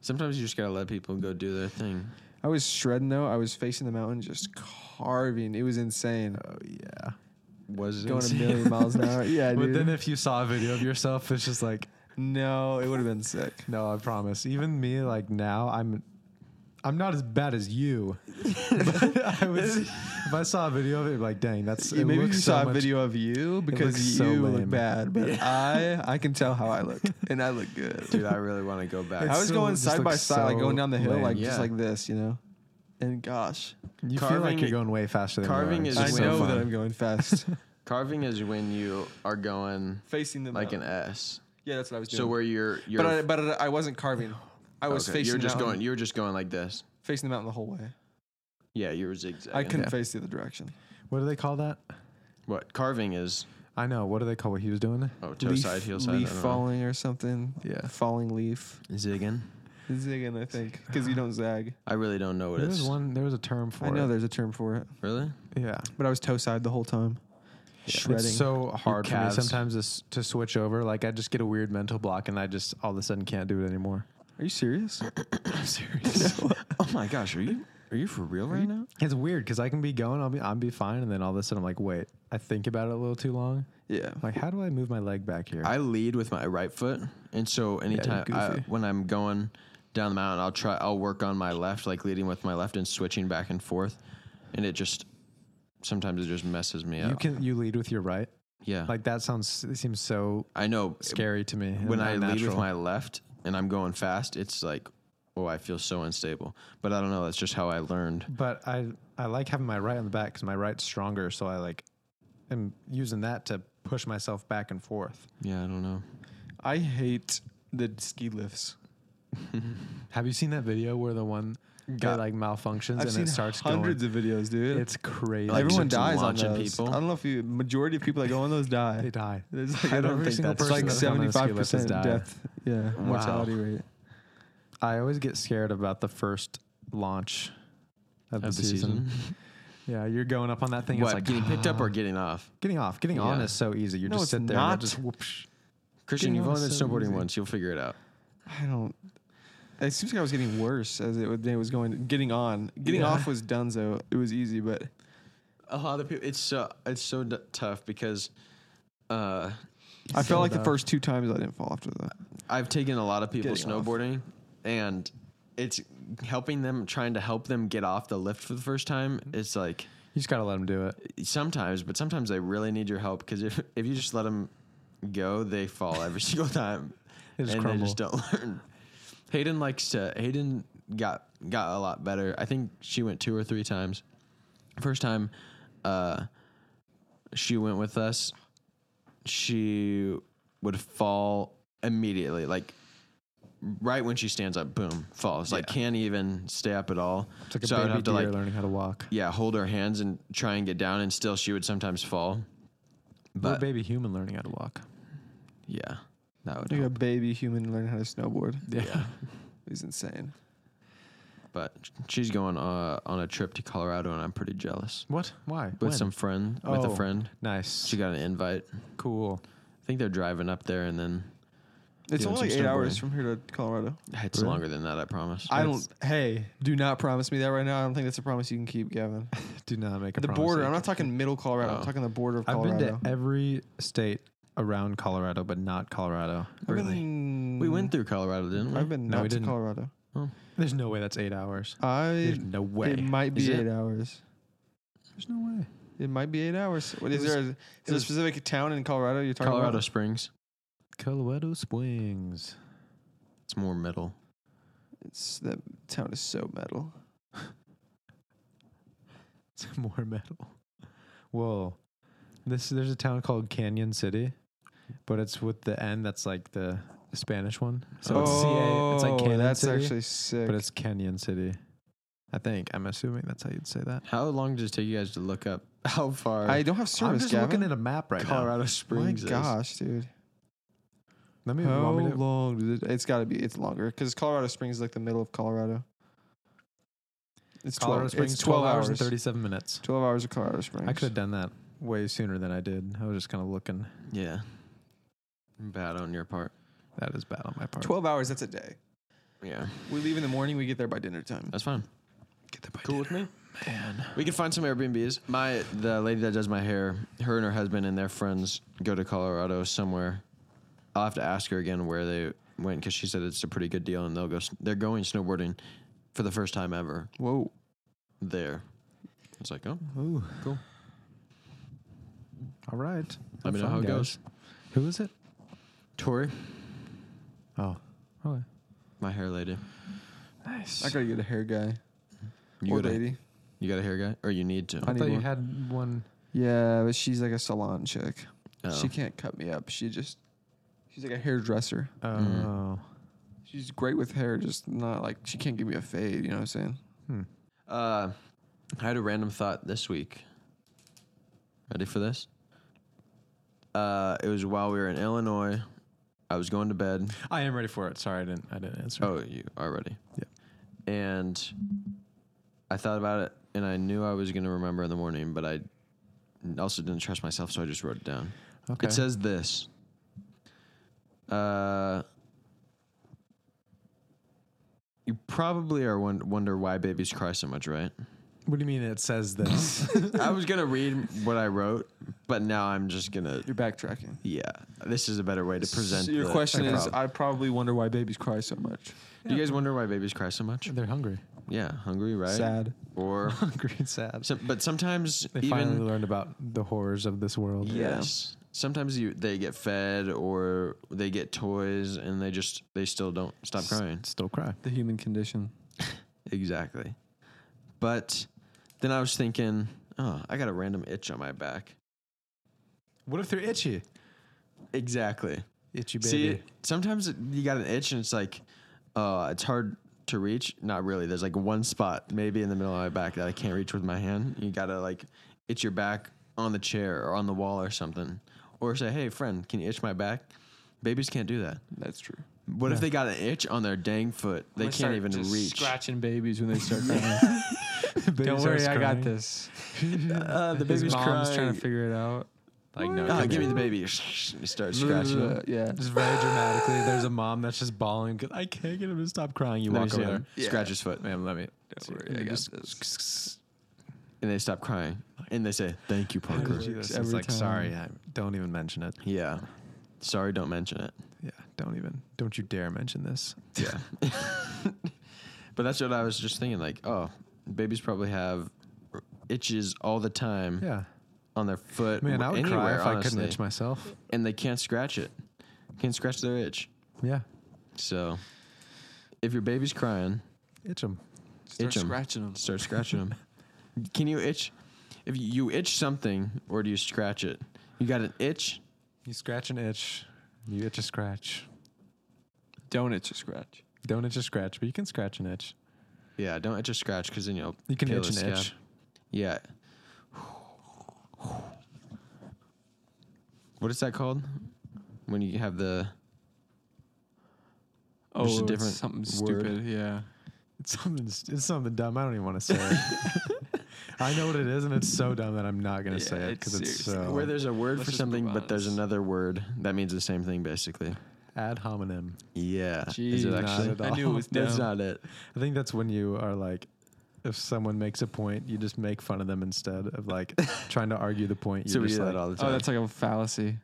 Sometimes you just gotta let people go do their thing.
I was shredding though. I was facing the mountain, just carving. It was insane.
Oh yeah,
Was
Going a million miles an hour. Yeah,
but
dude.
then if you saw a video of yourself, it's just like
no, it would have been sick.
no, I promise. Even me, like now, I'm. I'm not as bad as you. But I was, if I saw a video of it, like, dang, that's
Yeah,
it
maybe you
looks
saw
so
a
much-
video of you because
looks
you
so lame.
look bad, but I I can tell how I look, and I look good.
Dude, I really want to go back.
I was
so-
going
just
side by
looks
side, like
so
going down the hill,
lame.
like
Yeah.
just like this, you know. And gosh,
You feel
Carving-
like you're going way faster than
carving
you are. It's
is
I
just
way-
so
know
fun.
that I'm going fast,
Carving is when you are going
facing them
like an S.
yeah, that's what I was doing.
So where you're, you're
but I, but I wasn't carving. I was
okay,
facing.
You're
the
just
mountain-
going. You're just going like this.
facing the mountain the whole way.
Yeah, you're zigzagging.
I couldn't face the other direction.
What do they call that?
What carving is?
I know. What do they call what he was doing?
Oh, toe
leaf,
side, heel side.
leaf
I don't know.
falling or something.
Yeah.
falling leaf.
Zigging.
Zigging, I think, because you don't zag.
I really don't know what
There
it's.
was one. There was a term for
I know
it.
there's a term for it,
Really?
Yeah.
but I was toe side the whole time, shredding.
It's so hard for me
calves.
sometimes to, s- to switch over. Like I just get a weird mental block, and I just all of a sudden can't do it anymore.
Are you serious?
I'm serious. oh my gosh, are you are you for real right now?
It's weird because I can be going, I'll be, I'll be fine, and then all of a sudden I'm like, wait, I think about it a little too long.
Yeah.
Like, how do I move my leg back here?
I lead with my right foot, and so anytime I,
goofy.
when I'm going down the mountain, I'll try. I'll work on my left, like leading with my left and switching back and forth, and it just sometimes it just messes me
you
up.
can you lead with your right.
yeah,
Like that sounds it seems so
I know.
scary to me. and
When I lead with
unnatural.
my left and I'm going fast, it's like, oh, I feel so unstable. But I don't know. That's just how I learned.
But I I like having my right on the back because my right's stronger, so I like am using that to push myself back and forth.
Yeah, I don't know.
I hate the ski lifts.
Have you seen that video where the one guy
Got-
like malfunctions
I've
and
seen
it starts going?
hundreds of videos, dude.
It's crazy.
Like,
Everyone
just
dies on
launching
those.
people.
I don't know if you majority of people that go on those
they
die.
die.
There's like,
I
I
don't
don't
think
think
that's
that's like
true. Someone on the ski
seventy-five
lift has
percent
died.
death. Yeah,
Wow.
mortality rate.
I always get scared about the first launch of,
Of
the, season. Yeah, you're going up on that thing.
What?
it's like
getting picked up
"Ah."
or getting off?
getting off. Getting on
Yeah.
is so easy. You
No,
just
it's
sit there and
not.
it just whoopsh.
Christian,
Getting
you've
on
only been
is so
snowboarding
easy.
once. You'll figure it out.
I don't. It seems like I was getting worse as it was- it was going. Getting on, getting
Yeah.
off was donezo. It was easy, but
a lot of people it's so it's so d- tough because uh
I felt like the
Sold out.
first two times I didn't fall after that.
i've taken a lot of people
Getting off.
snowboarding and it's helping them trying to help them get off the lift for the first time it's like
You just gotta let them do it.
sometimes but sometimes they really need your help because if, if you just let them go they fall every single time
They just
and
crumble.
they just don't learn hayden likes to hayden got got a lot better i think she went two or three times first time uh she went with us she would fall immediately like right when she stands up boom falls like can't even stay up at all
It's like a
so i would
baby
have to
deer
like
learning how to walk.
yeah, hold her hands and try and get down, and still she would sometimes fall.
We're a
But
baby human learning how to walk.
yeah, that would
Like a
help.
baby human learning how to snowboard.
Yeah,
It was insane.
but she's going uh, on a trip to Colorado, and I'm pretty jealous.
What? Why?
With
When?
some friend, with
Oh.
a friend,
nice,
she got an invite.
cool.
I think they're driving up there, and then
It's
Doing
only like
some
eight hours
snowboarding.
from here to Colorado.
it's
Really?
longer than that. I promise.
I don't. Hey, do not promise me that right now. I don't think that's a promise you can keep, Gavin.
Do not make a
The
promise
border.
that
I'm
you
not talking middle Colorado. I'm
Oh.
talking the border of
I've been
Colorado.
to every state around Colorado, but not Colorado.
I've
really.
been-
we went through Colorado, didn't we?
I've been
No,
not
we
to
didn't.
Colorado.
There's no way that's eight hours.
I.
There's no
It
way.
might
Is
be
it?
eight hours.
There's no way.
It might be eight hours. What is
It was-
there? A, is there a
was-
specific town in Colorado you're talking
Colorado
about?
Springs.
Colorado Springs.
It's more middle.
It's, that town is so metal.
It's more metal. Whoa. This there's a town called Canyon City, but it's with the N that's like the Spanish one. So it's CA. It's like
Oh,
Canyon
That's
City,
actually sick.
but it's Canyon City. I think I'm assuming that's how you'd say that.
How long does it take you guys to look up how far
I don't have service,
I'm just
Gavin.
looking at a map right now.
Colorado Springs
My
is?
gosh, dude.
Let me.
How
want me to-
long does it? It's got to be. It's longer because Colorado Springs is like the middle of Colorado. It's
Colorado
twelve.
Springs,
it's twelve, hours.
and thirty-seven minutes.
Twelve hours of Colorado Springs.
I could have done that way sooner than I did. I was just kind of looking.
Yeah. Bad on your part.
That is bad on my part.
Twelve hours. That's a day.
Yeah.
We leave in the morning. We get there by dinner time.
That's fine.
Get the
Cool with me?
man.
We can find some Airbnbs. My the lady that does my hair, her and her husband and their friends go to Colorado somewhere. I'll have to ask her again where they went because she said it's a pretty good deal and they'll go. s- They're going snowboarding for the first time ever
Whoa.
there. It's like, oh,
Ooh,
cool.
all right.
Let me know
fun,
how it
guys.
goes.
Who is it?
Tori,
Oh, okay.
my hair lady.
Nice.
I gotta get a hair guy
You
or
got a,
lady.
you got a hair guy, or you need to.
I
need
thought you
one.
had one.
Yeah, but she's like a salon chick.
Oh.
She can't cut me up. She just. She's like a hairdresser.
Oh,
Mm.
She's great with hair, just not like she can't give me a fade. You know what I'm saying?
hmm.
Uh, I had a random thought this week. Ready for this? Uh, it was while we were in Illinois. I was going to bed.
I am ready for it. Sorry, I didn't. I didn't answer.
Oh, you are ready.
Yeah.
And I thought about it, and I knew I was going to remember in the morning, but I also didn't trust myself, so I just wrote it down.
okay.
It says this. Uh, you probably are won- wonder why babies cry so much, right?
what do you mean? It says this.
I was gonna read what I wrote, but now I'm just gonna.
You're backtracking.
Yeah, this is a better way to present.
So your
the-
question
the
is,
problem.
I probably wonder why babies cry so much.
do you guys wonder why babies cry so much?
They're hungry.
Yeah, hungry, right?
Sad.
Or,
Hungry and sad.
some, but sometimes
They finally
even
learned about the horrors of this world.
Yeah.
yes, sometimes you they get fed or they get toys and they just they still don't stop crying.
Still cry.
The human condition.
Exactly. But then I was thinking, oh, I got a random itch on my back.
What if they're itchy?
Exactly.
Itchy baby.
See, sometimes it- you got an itch and it's like, uh, it's hard to reach. Not really. There's like one spot maybe in the middle of my back that I can't reach with my hand. You gotta like itch your back on the chair or on the wall or something, or say, hey friend, can you itch my back? Babies can't do that.
That's true.
What if they got an itch on their dang foot? They can't even reach.
Scratching babies when they start crying. Don't worry, I got this.
Uh, the
His
baby's
mom's trying
crying.
to figure it out.
Like no.
Ah, give me the baby. You start scratching.
Scratching.
them.
Yeah.
Just very dramatically. There's a mom that's just bawling. 'cause I can't get him to stop crying. You
Let me
walk
see
over there.
him. Scratch his foot,
Ma'am, let me.
Don't worry, I got this.
and they stop crying, and they say, "Thank you, Parker."
Works
It's
every
like,
time.
sorry, I, don't even mention it.
Yeah. Sorry, don't mention it.
Yeah, don't even. Don't you dare mention this.
Yeah. but that's what I was just thinking. Like, oh, babies probably have itches all the time
Yeah.
on their foot.
Man, I would
anywhere,
cry if I
honestly.
couldn't itch myself.
And they can't scratch it. Can't scratch their itch.
Yeah.
So, if your baby's crying,
Itch him.
Itch 'em.
scratching them.
start scratching them. Can you itch? If you itch something, or do you scratch it? You got an itch.
You scratch an itch. You itch a scratch.
Don't itch a scratch.
Don't itch a scratch, but you can scratch an itch.
Yeah, don't itch a scratch because then you'll
You can
peel
itch
the
an itch.
scab. Yeah. What is that called? When you have the
Oh,
There's a
it's
different
something
word.
stupid. Yeah.
It's something. It's something dumb. I don't even want to say it. I know what it is, and it's so dumb that I'm not gonna
Yeah,
say it
it's
because it's
seriously-
so
where there's a word
Let's
for
just
something,
move
but
on.
there's another word that means the same thing, basically.
ad hominem.
Yeah. is
Jeez,
it
not
actually?
at all. I knew it
was
That's
dumb.
not it.
I think that's when you are like, if someone makes a point, you just make fun of them instead of like trying to argue the point.
so
You're
we
just
do
like,
that all the time.
Oh, that's like a fallacy.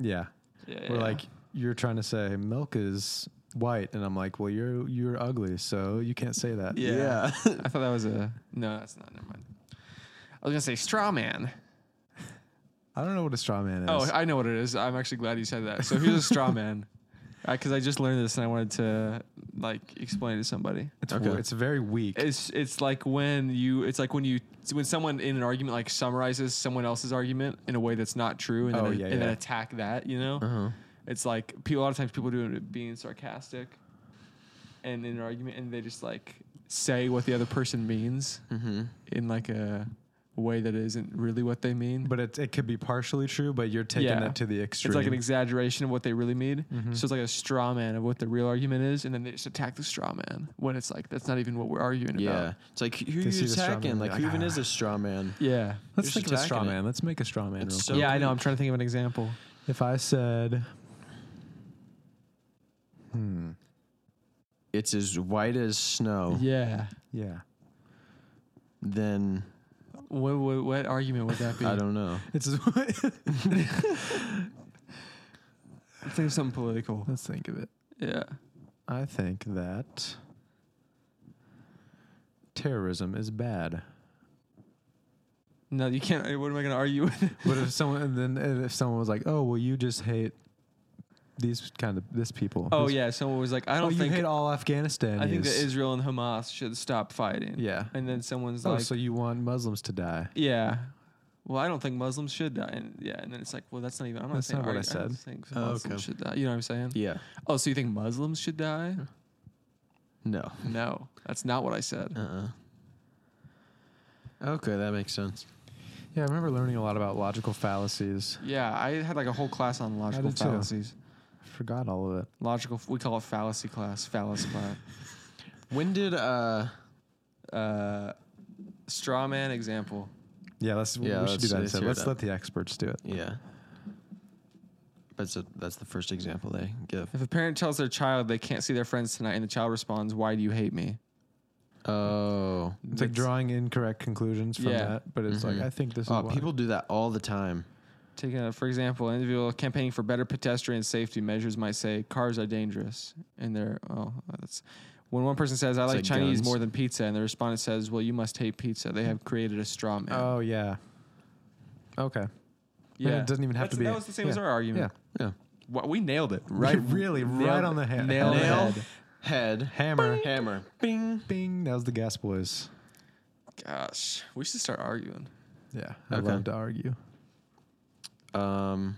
yeah.
Yeah.
Or like you're trying to say milk is white, and I'm like, well, you're you're ugly, so you can't say that.
Yeah. I thought that was a no. That's not. Never mind. I was gonna say straw man.
I don't know what a straw man is.
Oh, I know what it is. I'm actually glad you said that. So here's a straw man, because I just learned this and I wanted to like explain it to somebody.
it's
okay.
wo- it's very weak.
It's it's like when you it's like when you it's when someone in an argument like summarizes someone else's argument in a way that's not true and,
Oh,
then,
yeah,
and then
yeah.
attack that. You know,
Uh-huh.
it's like people, a lot of times people do it being sarcastic, and in an argument and they just like say what the other person means
Mm-hmm.
in like a a way that isn't really what they mean.
But it, it could be partially true, but you're taking
Yeah.
it to the extreme.
It's like an exaggeration of what they really mean.
Mhm.
So it's like a straw man of what the real argument is, and then they just attack the straw man when it's like that's not even what we're arguing
Yeah,
about.
it's like who
They see
you
the straw
attacking?
man,
Like
like,
who even
"Ah."
is a straw man?
Yeah.
Let's
Just
think of a straw
attacking it.
man. Let's make a straw man.
It's
Real
so
quick.
yeah, I know.
weak.
I'm trying to think of an example.
If I said, hmm,
It's as white as snow.
Yeah.
yeah,
Then
What, what, what argument would that be?
I don't know.
it's
Let's think of something political.
let's think of it.
Yeah.
I think that terrorism is bad.
No, you can't. What am I going to argue with?
But if someone and then and if someone was like, "Oh, well, you just hate these kind of this people."
Oh
This-
yeah, someone was like, I
Oh,
don't
you
think.
hate all Afghanistan.
I think that Israel and Hamas should stop fighting.
Yeah.
And then someone's
Oh,
like,
so you want Muslims to die?
Yeah. Well, I don't think Muslims should die. And yeah, and then it's like, well, that's not even. I'm not
That's
saying
not what I
argu- don't
said.
think
Oh,
Muslims
okay.
should die. You know what I'm saying?
Yeah,
Oh, so you think Muslims should die?
no.
No, that's not what I said.
Uh-uh.
Uh. uh Okay, that makes sense.
Yeah, I remember learning a lot about logical fallacies.
Yeah, I had like a whole class on logical
did too.
fallacies.
I forgot all of it.
Logical, we call it fallacy class, fallacy class.
When did uh?
Uh, straw man example.
Yeah, let's
Yeah,
we should do
let's- let's
that instead.
hear
Let's
that.
let the experts do it.
Yeah. That's a, that's the first example they give.
If a parent tells their child they can't see their friends tonight, and the child responds, "Why do you hate me?"
Oh.
It's Mm-hmm. like drawing incorrect conclusions from
Yeah.
that, but it's
Mhm.
like I think this
Oh,
is why.
people do that all the time.
Taking a, for example, an individual campaigning for better pedestrian safety measures might say cars are dangerous, and they're oh that's when one person says I like,
like
Chinese
guns.
more than pizza, and the respondent says, well you must hate pizza. They have created a straw man.
Oh yeah. Okay.
yeah,
it doesn't even have to be-
That was the same as
yeah.
our argument.
Yeah.
Wha- we nailed it right,
Really,
nailed
right
it.
on the head.
Nailed
Nail
it.
Nail, head,
Hammer.
hammer, bing.
Bing. That was the gas boys.
Gosh, we should start arguing.
Yeah. I
Okay.
love to argue.
Um,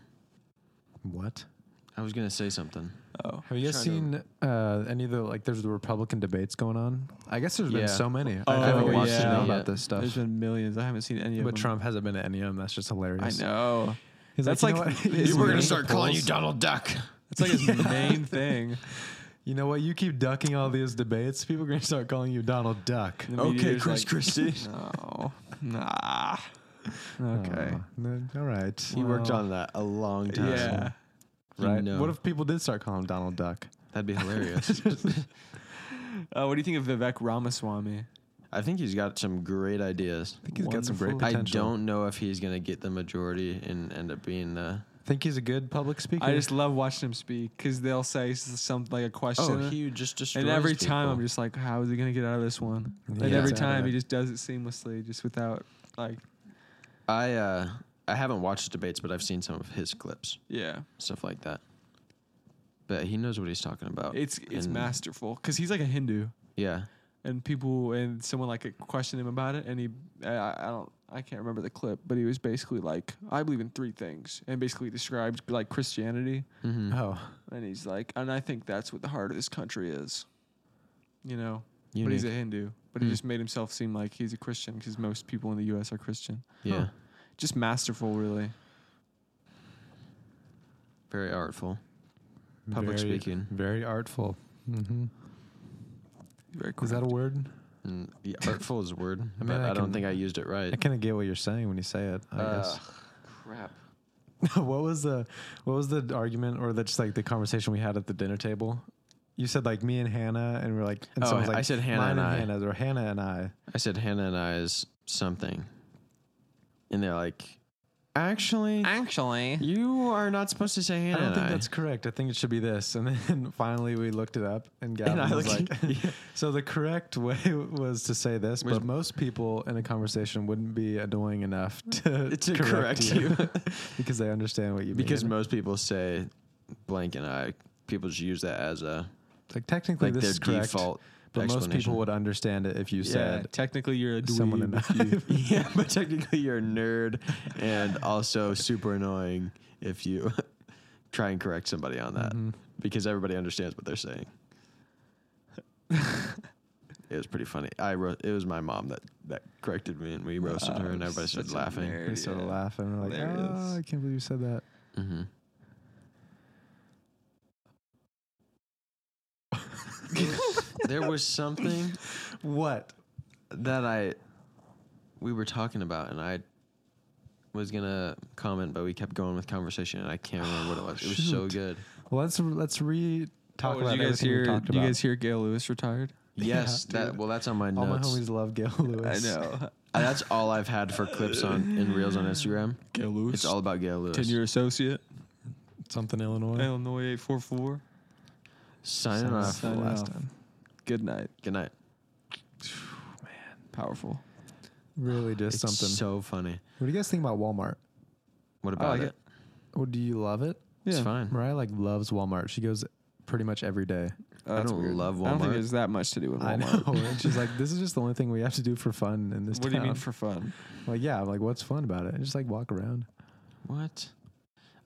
What?
I was gonna say something.
Oh,
Have you guys
trying
seen uh, any of the like? There's the Republican debates going on. I guess there's
Yeah.
been so many.
Oh,
I haven't watched
yeah.
to know
Yeah.
about this
To,
stuff.
there's been millions. I haven't seen any of
but
them.
Trump hasn't been at any of them. That's just
I
hilarious.
know.
He's
That's
like, you
like-
know what?
Dude,
He's
we're gonna
reading the
start
polls.
Donald Duck.
It's like his main thing.
You know what? You keep ducking all these debates. People are gonna start calling you Donald Duck.
The
Okay,
mediator's
Chris
like,
Christie.
No. Nah. Okay.
Aw, no, all right.
He worked
Well,
on that a long time.
yeah.
You
right.
know.
What if people did start calling him Donald Duck?
That'd be hilarious.
Uh, what do you think of Vivek Ramaswamy?
I think he's got some great ideas.
I think he's got some great
Wonderful.
I
potential.
don't know if he's gonna get the majority and end up being the.
think he's a good public speaker.
I just love watching him speak because they'll say something like a question.
Oh, he just destroys.
and every time
people.
I'm just like, how is he going to get out of this one?
Yeah.
and every
Yeah.
time he just does it seamlessly, just without, like,
I uh, I haven't watched his debates, but I've seen some of his clips,
yeah.
stuff like that. But he knows what he's talking about.
It's it's
And-
masterful because he's like a Hindu.
Yeah,
and people and someone like questioned him about it and he I, I don't i can't remember the clip but he was basically like i believe in three things and basically described like christianity
hmm
Oh,
and he's like and i think that's what the heart of this country is you know but he's a
Unique.
hindu but he
Hmm.
just made himself seem like he's a christian because most people in the us are christian
yeah,
Huh.
just masterful really
very artful. Public
Very-
speaking.
Very artful. Mm-hmm.
very cool
Is that a word?
Mm, yeah, artful is a word, but
I
I, don't
can-
think I used it right.
I kind of get what you're saying when you say it. I
Uh,
guess.
crap.
what was the what was the argument or the, just like the conversation we had at the dinner table? You said like me and Hannah, and we're like, and
Oh,
someone's
I
like,
said Hannah
mine
and I.
Hannah's, or Hannah and I.
I said Hannah and I is something, and they're like, actually,
actually
you are not supposed to say Hannah.
I don't think
and
that's correct. I think it should be this. And then finally we looked it up, and Gavin
And I
was
looked-
like, so the correct way was to say this,
Was-
but most people in a conversation wouldn't be annoying enough to,
To correct you.
because they understand what you
because
mean.
most people say blank and I. People just use that as a
like technically
like
this
their
is correct,
default.
but most
explanation.
people would understand it if you
yeah,
said
technically you're a dweeb
someone in
if you-
yeah, but technically you're a nerd and also super annoying if you try and correct somebody on that
Mhm.
because everybody understands what they're saying. It was pretty funny. I ro- it was my mom that that corrected me, and we roasted her,
uh,
and everybody started laughing.
They started laughing. Like,
Hilarious.
oh, I can't believe you said that.
Mm-hmm. there was something
What?
that I we were talking about, and I was gonna comment, but we kept going with conversation, and I can't remember what it was. It was so
Shoot.
good.
Well, let's let's re
Oh,
talk about
Oh, did you guys
everything we
hear?
talked
Did you
about.
guys hear Gail Lewis retired?
Yes,
Yeah,
that
dude.
well, that's on my
All
notes.
my homies love Gail Lewis.
know.
Uh, That's all I've had for clips on in reels on Instagram.
Gail Lewis.
It's all about Gail Lewis.
ten year associate,
Something Illinois.
Illinois eight four four.
Signing
Sounds
off.
for the
Signing
last
off.
time.
Good night.
Good night.
Powerful.
Really
It's
just something.
so funny.
what do you guys think about Walmart?
What about
like
it?
it.
Well, do you love it?
It's
Yeah.
fine.
Mariah like loves Walmart. She goes pretty much every day.
Oh,
I
that's
don't
weird.
love
I don't
Walmart.
think there's that much to do with
I
Walmart.
know. And she's like, this is just the only thing we have to do for fun in this
What
town.
do you mean for fun?
like, yeah, I'm like, what's fun about it? And just like walk around.
What?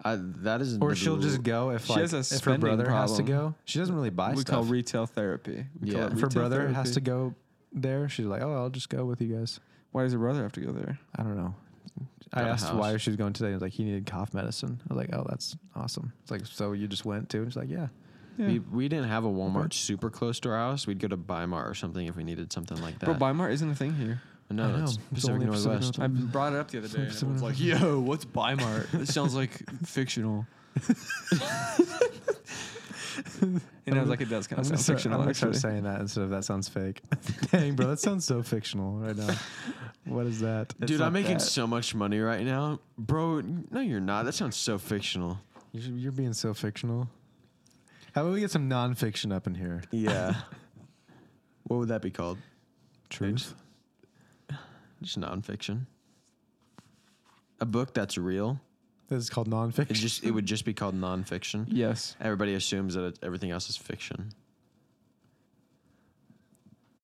I, that is.
Or she'll just go if
She
like
has a
if her
spending
brother has to
problem.
go. She doesn't really buy
we
stuff.
call retail therapy. We call
Yeah. If
it
if her
retail
brother has
therapy.
to go there, she's like, oh, I'll just go with you guys.
Why does her brother have to go there?
I don't know. I
Got a
asked why
house.
she was going today. I was like, he needed cough medicine. I was like, oh, that's awesome. It's like, so you just went too? And she's like, yeah.
We, we didn't have a Walmart super close to our house. We'd go to Bimart or something if we needed something like that.
Bro, Bimart isn't a thing here.
no,
I know.
it's
It's
Pacific
only Pacific
Northwest.
Northwest.
I brought it up the other day. And
Some-
everyone's like, "Yo, what's Bimart?" It sounds like fictional. and I was like, "It does kind
I'm
of
gonna,
sound
start,
fictional."
I'm gonna
actually,
start saying that instead of that sounds fake. Dang, bro, that sounds so fictional right now. What is that?
Dude, I'm making
that.
so much money right now. Bro, no, you're not. That sounds so fictional.
You're, you're being so fictional. How about we get some nonfiction up in here?
Yeah. what would that be called?
Truth.
Just nonfiction. A book that's real.
This is called
It
nonfiction.
just it would just be called nonfiction.
yes.
Everybody assumes that it, everything else is fiction.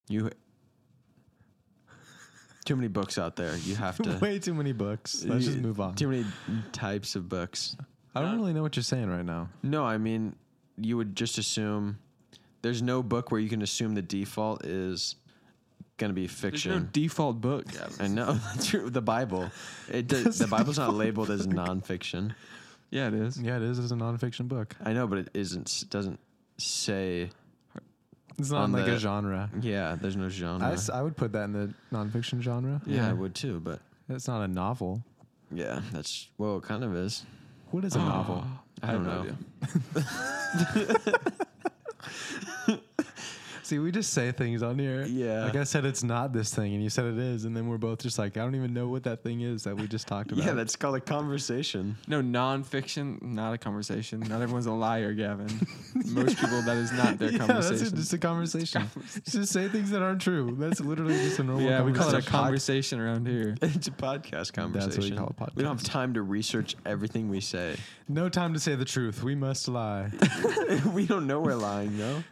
You too many books out there. You have to
Way too many books. Let's just
you-
move on.
Too many types of books.
I
uh,
don't really know what you're saying right now.
No, I mean you would just assume there's no book where you can assume the default is going to be
There's no
fiction.
default book.
I know that's true. The Bible, it does, the Bible's not labeled as nonfiction.
Yeah, it is.
Yeah, it is. It's a nonfiction book.
I know, but it isn't. Doesn't say.
It's not
On
like
the-
a genre.
Yeah, there's no genre.
I, s- I would put that in the nonfiction genre.
yeah, I
yeah.
would too, but
It's not a novel.
yeah, that's well, it kind of is.
What
Oh.
is a novel?
I, don't know.
See, we just say things on here.
Yeah.
Like I said, it's not this thing, and you said it is, and then we're both just like, I don't even know what that thing is that we just talked about.
Yeah, that's called a conversation.
No, nonfiction, not a conversation. Not everyone's a liar, Gavin. Most people, that is not their
Yeah,
conversation.
That's just a conversation. just say things that aren't true. That's literally just a normal
yeah, we call it a
conversation.
conversation around here.
It's a podcast conversation.
That's what you call a
We don't have time to research everything we say.
No time to say the truth. We must lie.
we don't know we're lying though.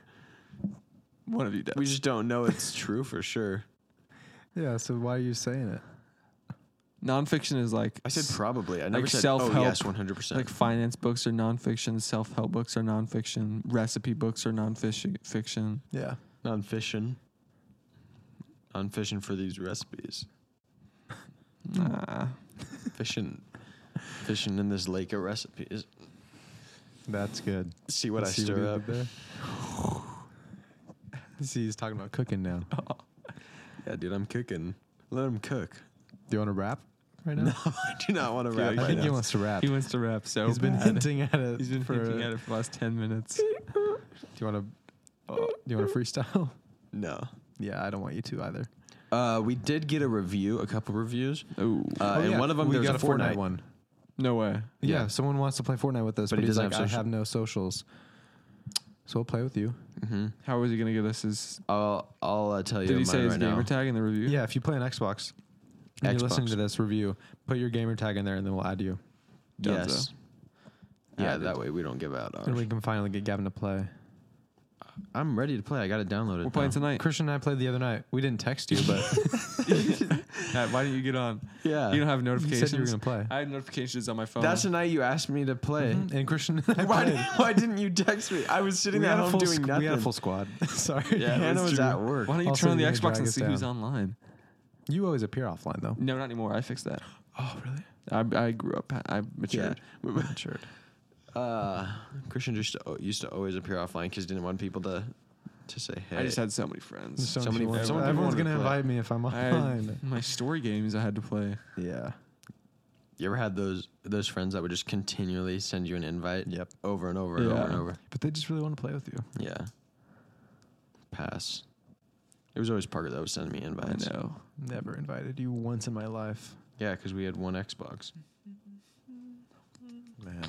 One of you does.
We just don't know it's true for sure.
yeah, so why are you saying it?
nonfiction is like
I said
s-
probably. I never
Like
said
self-help,
Oh yes, one hundred
like
percent.
finance books are nonfiction, self help books are nonfiction, recipe books are nonfiction. Fiction.
Yeah.
Non fishing. On fishing for these recipes.
Nah.
Fishing, fishing in this lake of recipes.
That's good.
See what
Let's
I
see
stir
he
up.
did there. see, he's talking about cooking now.
Yeah, dude, I'm cooking. Let him cook.
Do you want to rap right
No,
now?
I do not want to
Yeah,
rap.
you
I
Right
think
now.
he wants to rap.
He wants to rap so
He's been
bad.
hinting at it.
He's been
for-
hinting at it for the last ten minutes.
Do you want to? do you want to freestyle?
no.
yeah, I don't want you to either.
Uh, we did get a review, a couple reviews,
Oh
uh, and one of them
we
there's
got
a Fortnite, one,
one.
no way.
Yeah.
Yeah.
someone wants to play Fortnite with us, but,
But he
he's
doesn't
like,
have
I
social-
have no socials, so we'll play with you.
Mm-hmm.
How was he gonna get us his?
I'll I'll uh, tell you.
Did he
mine
say his
right
gamer
now.
tag in the review?
Yeah, if you play an Xbox and you're listening
Xbox.
to this review, put your gamer tag in there, and then we'll add you,
Dunzo.
Yes. Yeah,
Added.
that way we don't give out ours.
and we can finally get Gavin to play.
I'm ready to play. I got it downloaded.
We're playing
now.
tonight.
Christian and I played the other night. We didn't text you, but
Matt, why didn't you get on?
Yeah.
You don't have
You
notifications.
said you were gonna play.
I had notifications on my phone.
That's the night you asked me to play.
Mhm. And Christian, and I
Why,
played.
did, why didn't you text me? I was sitting
we,
at
had a
home
full
doing
squ-
nothing.
we had a full squad. Sorry,
yeah, Hannah was at work.
why don't you
Also,
turn on the
you're gonna
Xbox
drag
and
us
see who's
down.
online?
You always appear offline though.
No, not anymore. I fixed that.
Oh, really?
I, I grew up. I
Yeah.
matured.
Sure.
Uh, Christian just o- used to always appear offline because didn't want people to to say hey.
I just had so many friends.
So,
So many
many people.
people-
so many people
Everyone's
wanted to
gonna
play.
invite me if I'm
I had
offline.
my story games I had to play.
Yeah.
you ever had those those friends that would just continually send you an invite?
Yep.
Over and over and
Yeah.
over and over.
But they just really want to play with you.
Yeah. Pass. It was always Parker that was sending me
I
invites.
know.
Never invited you once in my life.
Yeah, because we had one Xbox.
Man.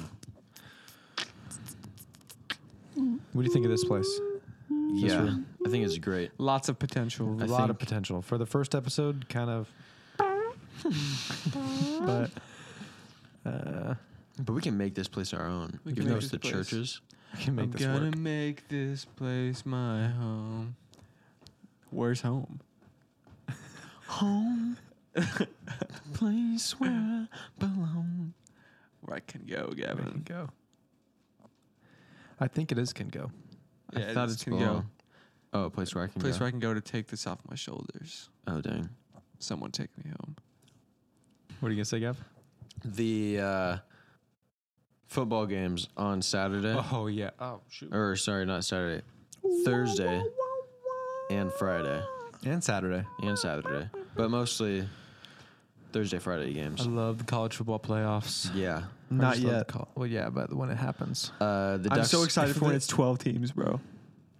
What do you think of this place? This
yeah,
room.
I think it's great.
Lots of potential.
A lot of potential for the first episode, kind of. but uh,
But we can make this place our own.
We can
Even though
make
it's the
this place.
churches.
I can make
I'm
this
gonna
work.
make this place my home. Where's home?
Home, place where I belong.
Where I can go,
I can
Gavin.
go. I think it is can go.
I thought
this
it's belong. Oh, a place where I can
Place
go.
where I can go to take this off my shoulders.
oh, dang.
Someone take me home.
What are you gonna say, Gav?
The uh, football games on Saturday.
Oh yeah. Oh shoot.
Or, sorry, not Saturday. Er, Thursday and Friday
And Saturday.
and Saturday. But mostly Thursday, Friday
I
games.
love the college football playoffs.
Yeah.
I
Not
just love the
yet.
col- well, yeah, but when it happens.
Uh, the
I'm
Ducks,
so excited
if
for when
they-
it's 12 teams, bro.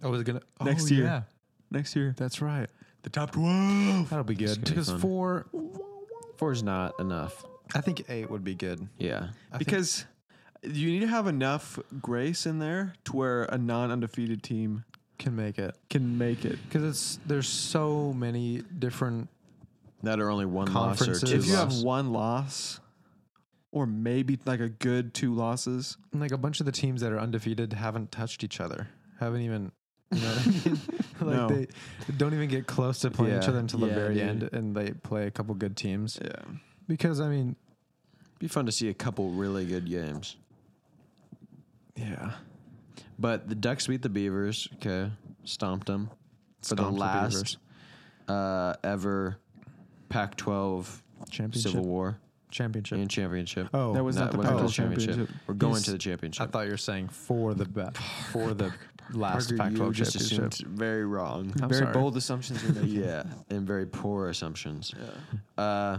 I was gonna
Next
oh,
year.
Yeah,
Next year.
that's right.
The top 12.
That'll be
It's gonna
good.
be
Because
fun.
four,
Four is not enough.
I think eight would be good.
Yeah.
I think-
Because you need to have enough grace in there to where a non undefeated team
can make it
can make it.
because it's there's so many different.
That are only one loss or
Conferences.
two
If you have
loss.
one loss, or maybe like a good two losses,
Like a bunch of the teams that are undefeated haven't touched each other, haven't even, you know what I mean? like
No.
they don't even get close to playing each
Yeah.
other until the
Yeah,
very
dude.
end, and they play a couple good teams.
yeah.
Because I mean,
be fun to see a couple really good games.
yeah,
But the Ducks beat the Beavers. Okay, stomped them for the
Stomped the
last uh, ever Pac-12
championship,
Civil War
championship.
and championship.
oh,
That was not the
went to
Pac-12
championship.
We're going
He's-
to the
I
championship.
thought you were saying for the be- for the last
Parker, you
Pac-12
just
championship.
assumed very wrong.
I'm
Very
sorry.
bold assumptions are making.
yeah, and very poor assumptions.
yeah.
Uh,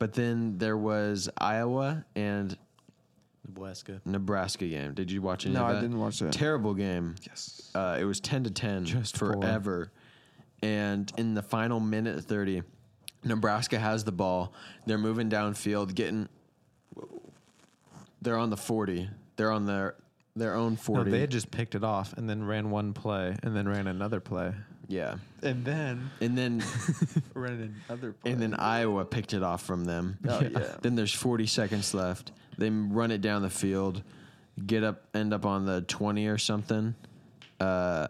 but then there was Iowa and
Nebraska.
Nebraska game. Did you watch any
No,
of that?
I didn't watch that.
Terrible game.
yes.
Uh, it was ten to ten
Just poor.
forever. And in the final minute thirty, Nebraska has the ball. They're moving downfield, getting. They're on the forty. They're on their their own
No,
forty.
they had just picked it off and then ran one play and then ran another play.
yeah,
And then
and then
ran another play.
and then Iowa picked it off from them.
Oh, yeah.
Then there's forty seconds left. They run it down the field, get up, end up on the twenty or something, uh,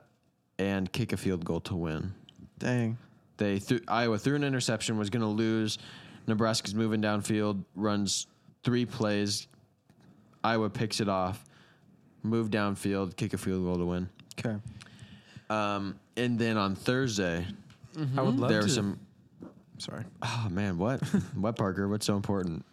and kick a field goal to win.
Dang.
They threw Iowa threw an interception, was going to lose. Nebraska's moving downfield, runs three plays. Iowa picks it off, move downfield, kick a field goal to win.
Okay.
Um, and then on Thursday,
I would love
there
to.
were Mm-hmm. some.
sorry,
Oh man, what? what Parker? What's so important?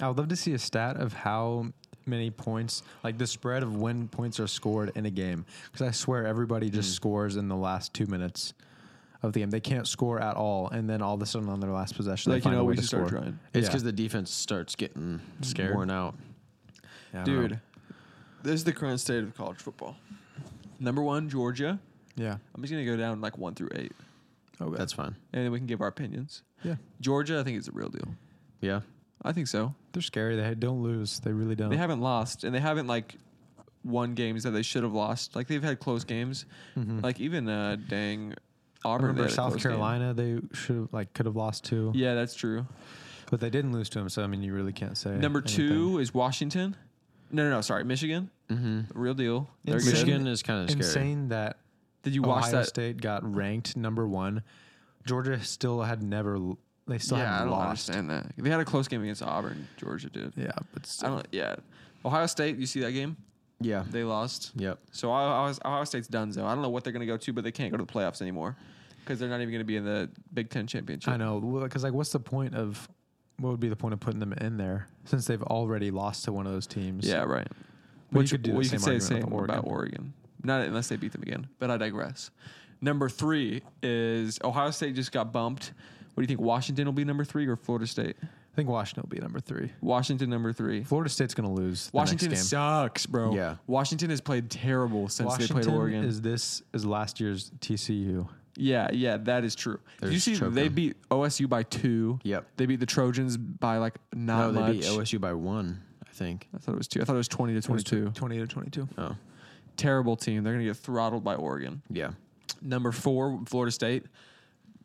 I would love to see a stat of how many points, like the spread of when points are scored in a game. Because I swear everybody
Mm.
just scores in the last two minutes of the game. They can't score at all, and then all of a sudden on their last possession,
like
they
you
find
know,
a way
we
to
should start
score.
trying.
It's
Yeah.
because the defense starts getting
Scared.
worn out.
Yeah, I don't know.
Dude, this is the current state of college football. Number one, Georgia.
Yeah.
I'm just gonna go down like one through eight,
Okay.
That's fine.
and then we can give our opinions.
yeah.
Georgia, I think is the real deal.
Yeah,
I think so.
They're scary. They don't lose. They really don't.
They haven't lost, and they haven't like won games that they should have lost. Like they've had close games.
Mhm.
Like even uh, dang
I
Auburn. they
remember
had a
South
close game.
Carolina. They should have like could have lost two,
Yeah, that's true.
but they didn't lose to them. So I mean, you really can't say
Number
anything.
two is Washington. No, no, no. Sorry, Michigan.
mm-hmm.
Real deal. They're
Insane.
good.
Michigan is kind of scary.
Insane that
Did you
Ohio
watch that?
State got ranked number one. Georgia still had never l- They still
yeah, I
haven't
don't
lost.
understand that. They had a close game against Auburn. Georgia did.
Yeah, but
I
still.
don't. Yeah, Ohio State. You see that game?
Yeah.
They lost.
Yep.
So Ohio, Ohio State's done. Though I don't know what they're going to go to, but they can't go to the playoffs anymore because they're not even going to be in the Big Ten championship.
I know because like, what's the point of? What would be the point of putting them in there since they've already lost to one of those teams?
Yeah, right.
But
Which-
you could do the same
say the
argument
same
with Oregon.
about Oregon. Not unless they beat them again. But I digress. Number three is Ohio State just got bumped. What do you think? Washington will be number three or Florida State?
I think Washington will be number three.
Washington number three.
Florida State's going to lose. the next
Washington
game.
sucks, bro.
Yeah.
Washington has played terrible since they played
Washington
Oregon.
Is this is last year's TCU?
yeah, yeah, that is true. Did you
There's
see
choking.
they beat OSU by two?
Yep.
They beat the Trojans by like
No,
not
they
much.
beat OSU by one, I think.
I thought it was two. I thought it was twenty to twenty-two.
Twenty to twenty-two.
Oh,
Terrible team. They're gonna get throttled by Oregon.
yeah.
Number four, Florida State.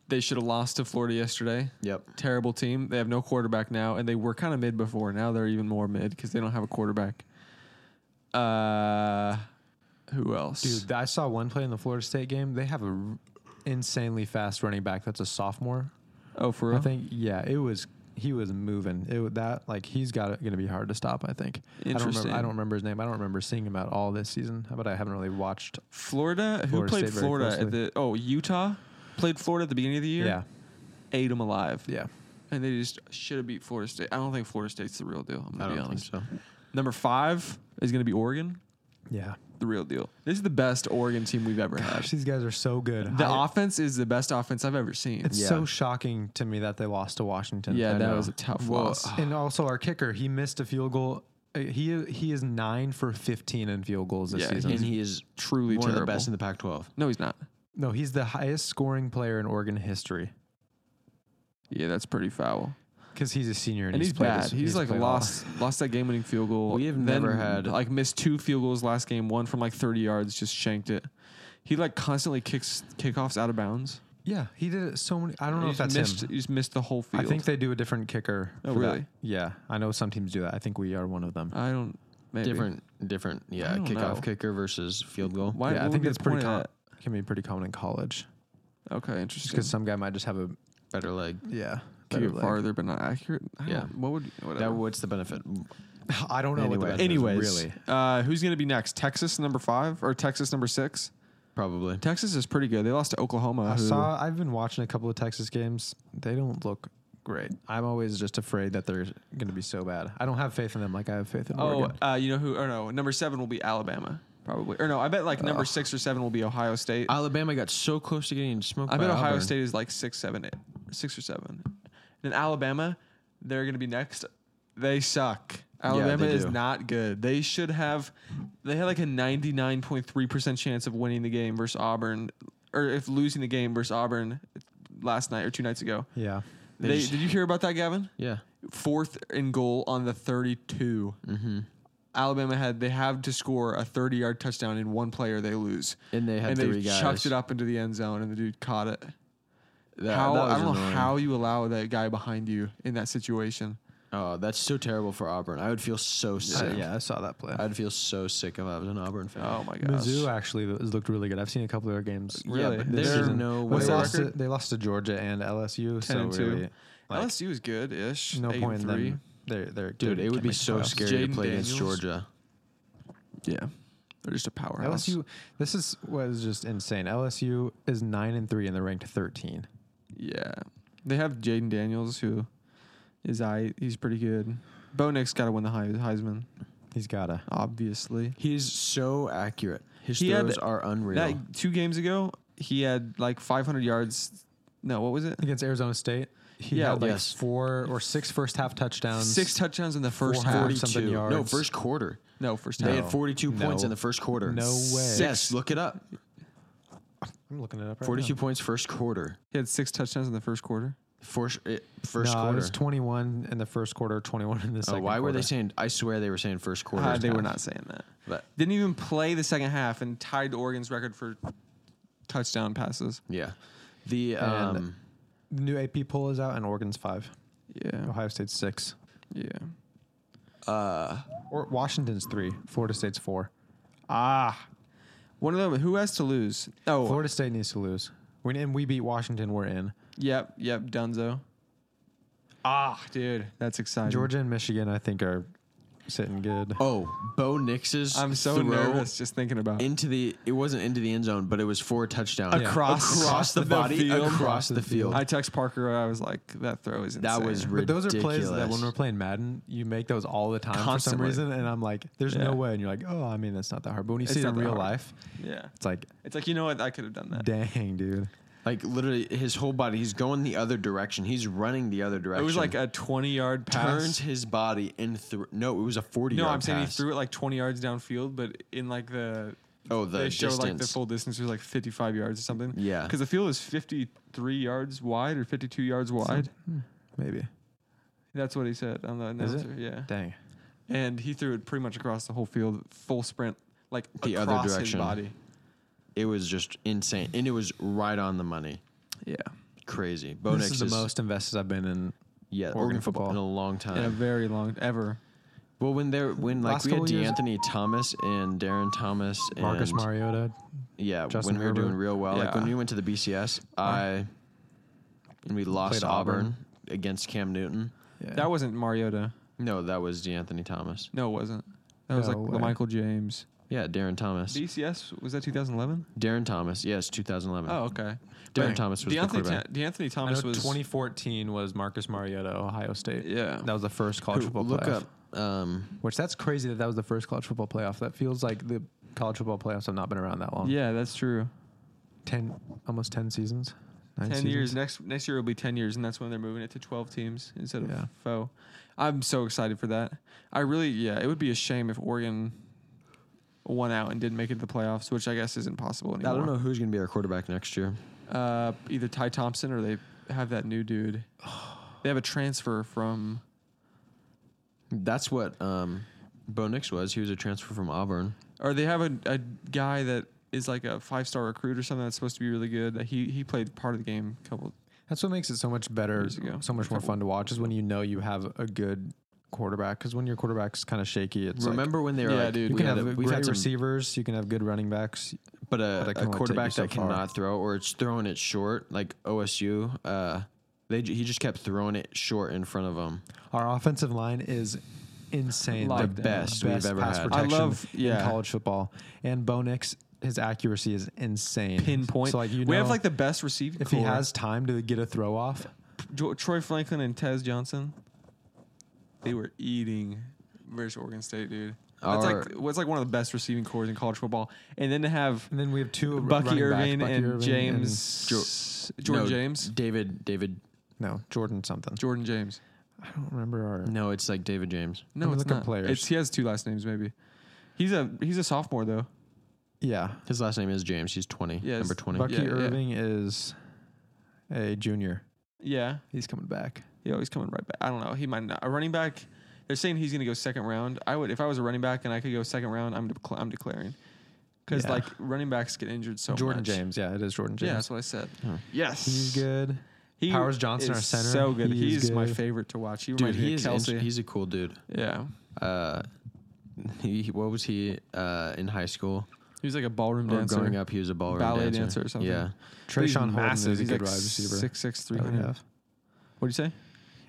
They should have lost to Florida yesterday.
Yep.
Terrible team. They have no quarterback now, and they were kind of mid before. Now they're even more mid because they don't have a quarterback. Uh, who else?
Dude, I saw one play in the Florida State game. They have a r- insanely fast running back. That's a sophomore,
oh, for real?
I think. Yeah, it was. He was moving. It wa- that like he's got going to be hard to stop. I think. I don't, remember,
Interesting.
I don't remember his name. I don't remember seeing him at all this season. But I haven't really watched.
Florida. Who
Florida
played
State very
Florida at
closely.
the? Oh, Utah played Florida at the beginning of the year.
Yeah,
ate them alive,
yeah.
and they just should have beat Florida State. I don't think Florida State's the real deal. I'm
I
gonna
don't
be
think
honest.
so.
Number five is gonna be Oregon.
Yeah.
The real deal. This is the best Oregon team we've ever had.
Gosh, these guys are so good.
The
I-
offense is the best offense I've ever seen.
It's
Yeah.
so shocking to me that they lost to Washington.
yeah,
I
that
know.
was a tough
Well,
loss.
and also our kicker, he missed a field goal. Uh, He he is nine for fifteen in field goals this
Yeah,
season.
And he is
Truly
one of the
terrible.
best in the Pac 12.
No, he's not.
no, he's the highest scoring player in Oregon history
Yeah, that's pretty foul.
because he's a senior and,
And he's,
played
bad.
this-
he's, like
played a lot.
lost lost that game winning field goal.
We have
then,
never had-
like missed two field goals last game. One from like thirty yards, just shanked it. He like constantly kicks kickoffs out of bounds.
Yeah, he did it so many. I don't know
You
if
just
that's
missed,
him.
You just missed the whole
I
field.
think they do a different kicker.
Oh,
for that.
really?
Yeah, I know some teams do that. I think we are one of them.
I don't. Maybe.
Different, different, yeah.
I don't
Kickoff
know.
kicker versus field goal.
Why?
yeah,
what
I
would
think
be the
that's pretty
point
common.
of
Can be pretty common in college
that? Okay,
just
interesting.
because some guy might just have a
Better leg.
yeah.
kick
better
it
leg.
farther, but not accurate. I
Yeah.
don't- What would? Whatever.
That, what's the benefit?
I don't know.
Anyway.
what the
Anyways,
really,
uh, who's going to be next? Texas number five or Texas number six?
Probably.
Texas is pretty good. They lost to Oklahoma.
I
who-
saw. I've been watching a couple of Texas games. They don't look great. I'm always just afraid that they're going to be so bad. I don't have faith in them like I have faith in
Oh,
Oregon.
uh, you know who? Or no, number seven will be Alabama probably. Or no, I bet like number six or seven will be Ohio State. I,
Alabama got so close to getting smoked.
bet
by
Ohio
Auburn.
State is like six, seven, eight, six or seven. Then Alabama, they're going to be next. They suck. Alabama
they
is
do.
not good. They should have. They had like a ninety nine point three percent chance of winning the game versus Auburn, or if losing the game versus Auburn last night or two nights ago.
yeah,
They
They,
just-
did you hear about that, Gavin?
Yeah.
Fourth and goal on the 32.
Mm-hmm.
Alabama had they have to score a 30 yard touchdown in one player they lose,
And they had
and
three
they
guys.
chucked it up into the end zone, and the dude caught it.
That-
how
that was
I don't know
annoying.
how you allow that guy behind you in that situation.
Oh, that's so terrible for Auburn. I would feel so
I,
sick.
yeah. I saw that play.
I'd feel so sick if I was an Auburn fan.
Oh my gosh!
Mizzou actually has looked really good. I've seen a couple of their games.
yeah,
really?
but
this
there's
season.
no
Well,
way.
they
their
lost, to,
record?
they lost to Georgia and LSU.
10
So
and 2.
really, like,
LSU is good ish.
no
eight
point
and
in
three.
them. They're, they're
Dude,
they
it would
can't
be
make the
so
playoffs.
scary to
Jaden
play against
Daniels?
Georgia.
Yeah, they're just a powerhouse.
LSU. This is was just insane. LSU is nine and three, and they're ranked 13.
Yeah, they have Jaden Daniels who is I. He's pretty good. Bo Nix got to win the Heis- Heisman,
He's gotta.
obviously.
He's so accurate. His
He had-
throws are unreal.
That two games ago, he had like 500 yards. No, what was it?
against Arizona State. He
Yeah,
had like
yes.
four or six first half touchdowns.
Six touchdowns in the first
Four
half.
half, something yards.
No, first quarter.
No, first
They
half.
had 42 points
No.
in the first quarter.
No way.
Yes, look it up.
I'm looking it up. Right
42 points first quarter.
He had six touchdowns in the first quarter.
First, it,
Now.
first
no, it
quarter.
was 21 in the first quarter, 21 in the
oh,
second.
why were they
quarter.
saying? I swear they were saying first quarter.
Uh, they were not saying that.
But
Didn't even play the second half and tied Oregon's record for touchdown passes.
yeah, the
And-
um,
The new AP poll is out, and Oregon's five,
Yeah.
Ohio State's six,
Yeah.
uh,
or Washington's three, Florida State's four.
Ah. One of them. Who has to lose? Oh,
Florida State needs to lose. When and we beat Washington, we're in.
yep, yep. Dunzo. Ah, dude, that's exciting.
Georgia and Michigan, I think, are sitting good.
Oh, Bo Nix's
I'm so
throw
nervous just thinking about. it.
into the. It wasn't into the end zone, but it was for a touchdown
Across-
across the,
the
body,
field.
across the field.
I text Parker. I was like, that throw is insane.
that was
But
ridiculous.
those are plays that when we're playing Madden, you make those all the time
Constantly.
for some reason, and I'm like, "There's
Yeah.
no way," and you're like, "Oh, I mean, that's not that hard." But when you
It's
see it
not
in
that
real
hard.
life,
yeah.
it's like,
It's like you know what? I could have done that.
"Dang, dude!"
like literally his whole body. He's going the other direction. He's running the other
It
direction.
was like a 20 yard pass.
turns his body and threw. No, it was a forty.
no,
yard
I'm saying he
pass.
threw it like 20 yards downfield, but in like the
Oh, the
they show
distance.
like the full distance was like 55 yards or something.
Yeah.
because the field is 53 yards wide or 52 yards wide.
hmm, Maybe.
That's what he said on the
Is it?
announcer. Yeah,
Dang.
and he threw it pretty much across the whole field, full sprint, like
The other
across
direction.
His body.
it was just insane, and it was right on the money.
Yeah,
Crazy. Bo
this
Nix
is the most invested I've been in.
Yeah,
Oregon football.
in a long time.
in a very long ever.
Well, when they're when like
Last
we had
couple years-
D'Anthony Thomas and Darren Thomas and
Marcus Mariota.
yeah,
Justin
when we were doing
Herbert.
real well, like when
Yeah.
we went to the BCS, I and we lost
Played
Auburn,
Auburn.
against Cam Newton.
Yeah.
That wasn't Mariota.
No, that was D'Anthony Thomas.
No, it wasn't. That was
No
like
way.
Michael James.
Yeah, Darren Thomas.
BCS was that 2011?
Darren Thomas. Yes, 2011.
Oh, okay.
Darren Thomas was the
De'Anthony,
quarterback.
Ta- De'Anthony
I
Thomas
know
was
2014 was Marcus Mariota, Ohio State.
Yeah.
That was the first college
Who-
football
look
playoff.
up. Um,
Which that's crazy that that was the first college football playoff. That feels like the college football playoffs have not been around that long.
Yeah, that's true.
Ten, almost ten seasons. Nine
ten
seasons.
years. Next next year will be ten years, and that's when they're moving it to twelve teams instead of
Yeah.
four. I'm so excited for that. I really, yeah, it would be a shame if Oregon won out and didn't make it to the playoffs, which I guess isn't possible
I
anymore.
don't know who's going to be our quarterback next year.
Uh, either Ty Thompson or they have that new dude. They have a transfer from.
That's what um, Bo Nix was. He was a transfer from Auburn.
or they have a, a guy that is like a five star recruit or something that's supposed to be really good. He he played part of the game a couple.
That's what makes it so much better,
Years ago.
so much more fun to watch is when you know you have a good quarterback. Because when your quarterback's kind of shaky, it's like-
Remember when they were
Yeah,
like,
dude.
you
we
can
had
have
a-
great
we've had some
receivers, you can have good running backs.
But a,
But that can
a
only take
quarterback
you so
that
far.
cannot throw or it's throwing it short, like OSU, uh, they ju- he just kept throwing it short in front of him.
Our offensive line is insane,
The
Like,
best we've ever
pass
had. I
protection
love- yeah.
in college football, and Bo Nix, his accuracy is insane.
Pinpoint.
So like you know,
we have like the best receiving.
if he
core.
has time to get a throw off,
Jo- Troy Franklin and Tez Johnson, they were eating versus Oregon State, dude. That's
Our-
like what's like one of the best receiving cores in college football. And then to have
and then we have two running
Bucky
back,
Irvin
Bucky
and
Irvin
James Jordan
No,
James.
David, David.
no, Jordan something.
Jordan Mm. James.
I don't remember our.
No, it's like David James.
No,
I'm
it's
looking
not.
players.
It's, he has two last names, maybe. He's a he's a sophomore though.
Yeah,
His last name is James. He's 20,
Yes.
number 20.
Bucky
yeah.
Irving is a junior.
Yeah,
He's coming back.
Yeah, he's coming right back. I don't know. He might not. A running back. They're saying he's going to go second round. I would if I was a running back and I could go second round. I'm decl- I'm declaring because
Yeah.
like running backs get injured so
Jordan
much.
James, yeah, it is Jordan James.
Yeah, that's what I said.
Oh.
Yes,
He's good.
He
Powers Johnson,
is
our center,
so good.
he is
he's my
good.
favorite to watch. He
Dude,
reminds
he
me
is
of
ins-
Kelsey.
he's a cool dude.
yeah,
Uh, he, what was he uh, in high school?
he's like a ballroom
Or
dancer.
growing up, he was a ballroom
Ballet
dancer.
dancer or something.
Yeah.
But he's
Trayshawn Holden is
massive.
a
He's
good
like
wide receiver.
Six six three
that we
hundred.
have.
What do you say?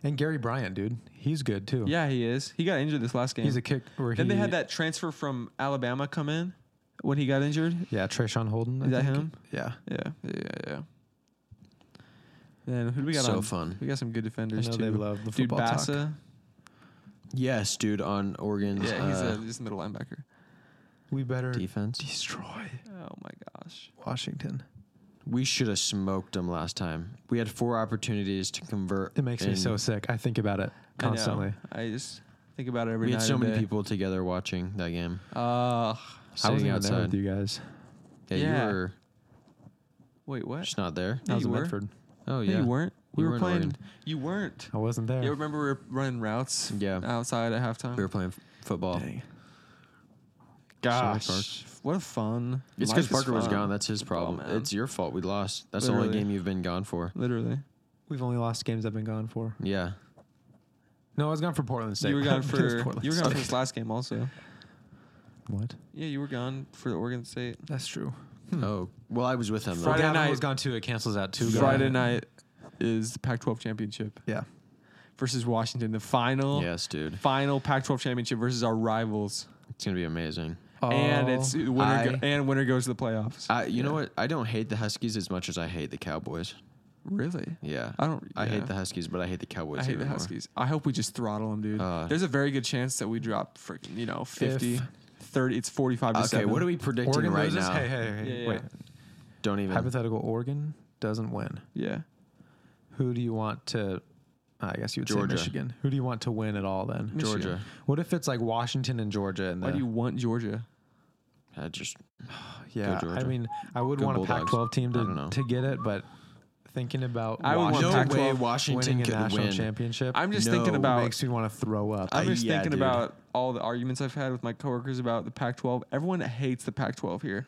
And Gary Bryant, dude, he's good too.
Yeah, he is. He got injured this last game.
he's a kick. Where
then
he,
they had that transfer from Alabama come in when he got injured.
Yeah, Trayshawn Holden. I
Is that
think.
him?
Yeah,
Yeah, yeah, yeah, yeah. Then who do we got
so
on?
fun.
We got some good
I
defenders
know
too.
they love the
Dude,
football talk.
Bassa.
Yes, dude, on Oregon's
Yeah, he's
uh,
a just middle linebacker.
We better
defense.
destroy
Oh my gosh.
Washington.
We should have smoked them last time. We had four opportunities to convert.
It makes me
and
so sick. I think about it
I know.
constantly.
I, just think about it every
We
night.
had so
and
many
day.
people together watching that game,
Uh,
I
sitting
wasn't even there
outside.
with you guys.
Yeah,
Yeah.
you were
wait, what?
just not there.
Yeah,
I was
you
in
were.
Medford.
Oh
No,
yeah,
you weren't. We
You
were
were in Oregon.
playing. You weren't.
I wasn't there.
Yeah, remember we were running routes.
Yeah.
Outside at halftime.
we were playing f- football.
Dang.
Gosh.
what a fun.
It's
Life
because
is
Parker was
fun.
gone. That's his
Football,
problem.
man.
it's your fault. We lost. That's the only
Literally.
game you've been gone for.
literally.
We've only lost games I've been gone for.
Yeah,
No, I was gone for Portland State.
You were gone
It was
for.
Portland
You were gone for
State.
this last game also.
What?
Yeah, you were gone for the Oregon State.
That's true.
Oh, well, I was with him. though.
Hmm. Friday
Gavin
night-
was gone too. It cancels out two.
Friday night is the Pac-12 championship.
Yeah.
versus Washington, the final
Yes, dude.
final Pac-12 championship versus our rivals,
It's gonna be amazing.
and it's winner go-
Oh, I-
and winner goes to the playoffs.
Oh, I, you know what? I don't hate the Huskies as much as I hate the Cowboys.
really?
Yeah,
I don't-
I
yeah.
hate the Huskies, but I hate the Cowboys.
I hate
even
the
more.
Huskies. I hope we just throttle them, dude.
Uh,
There's a very good chance that we drop freaking, you know, 50, 30, it's 45 to
Okay,
7.
what are we predicting
Oregon
right
loses.
now?
Hey, hey, hey!
Yeah, yeah.
Wait,
Don't even.
hypothetical Oregon doesn't win.
Yeah.
Who do you want to? I guess you would
Georgia.
say Michigan. Who do you want to win at all then?
Michigan.
Georgia.
What if it's like Washington and Georgia? And
Why do you want Georgia?
I just
yeah,
Go
I
Georgia.
mean, I would
Go
want a
Bulldogs.
Pac-12 team
I don't know.
to, to get it, but thinking about
I would want
Washington,
Pac-12
No way Washington
winning a
could
national
win.
championship,
I'm just thinking
No.
about
makes me want to throw up.
I-
I'm just
Uh, yeah,
thinking
dude.
about all the arguments I've had with my coworkers about the Pac-12. Everyone hates the Pac-12 here.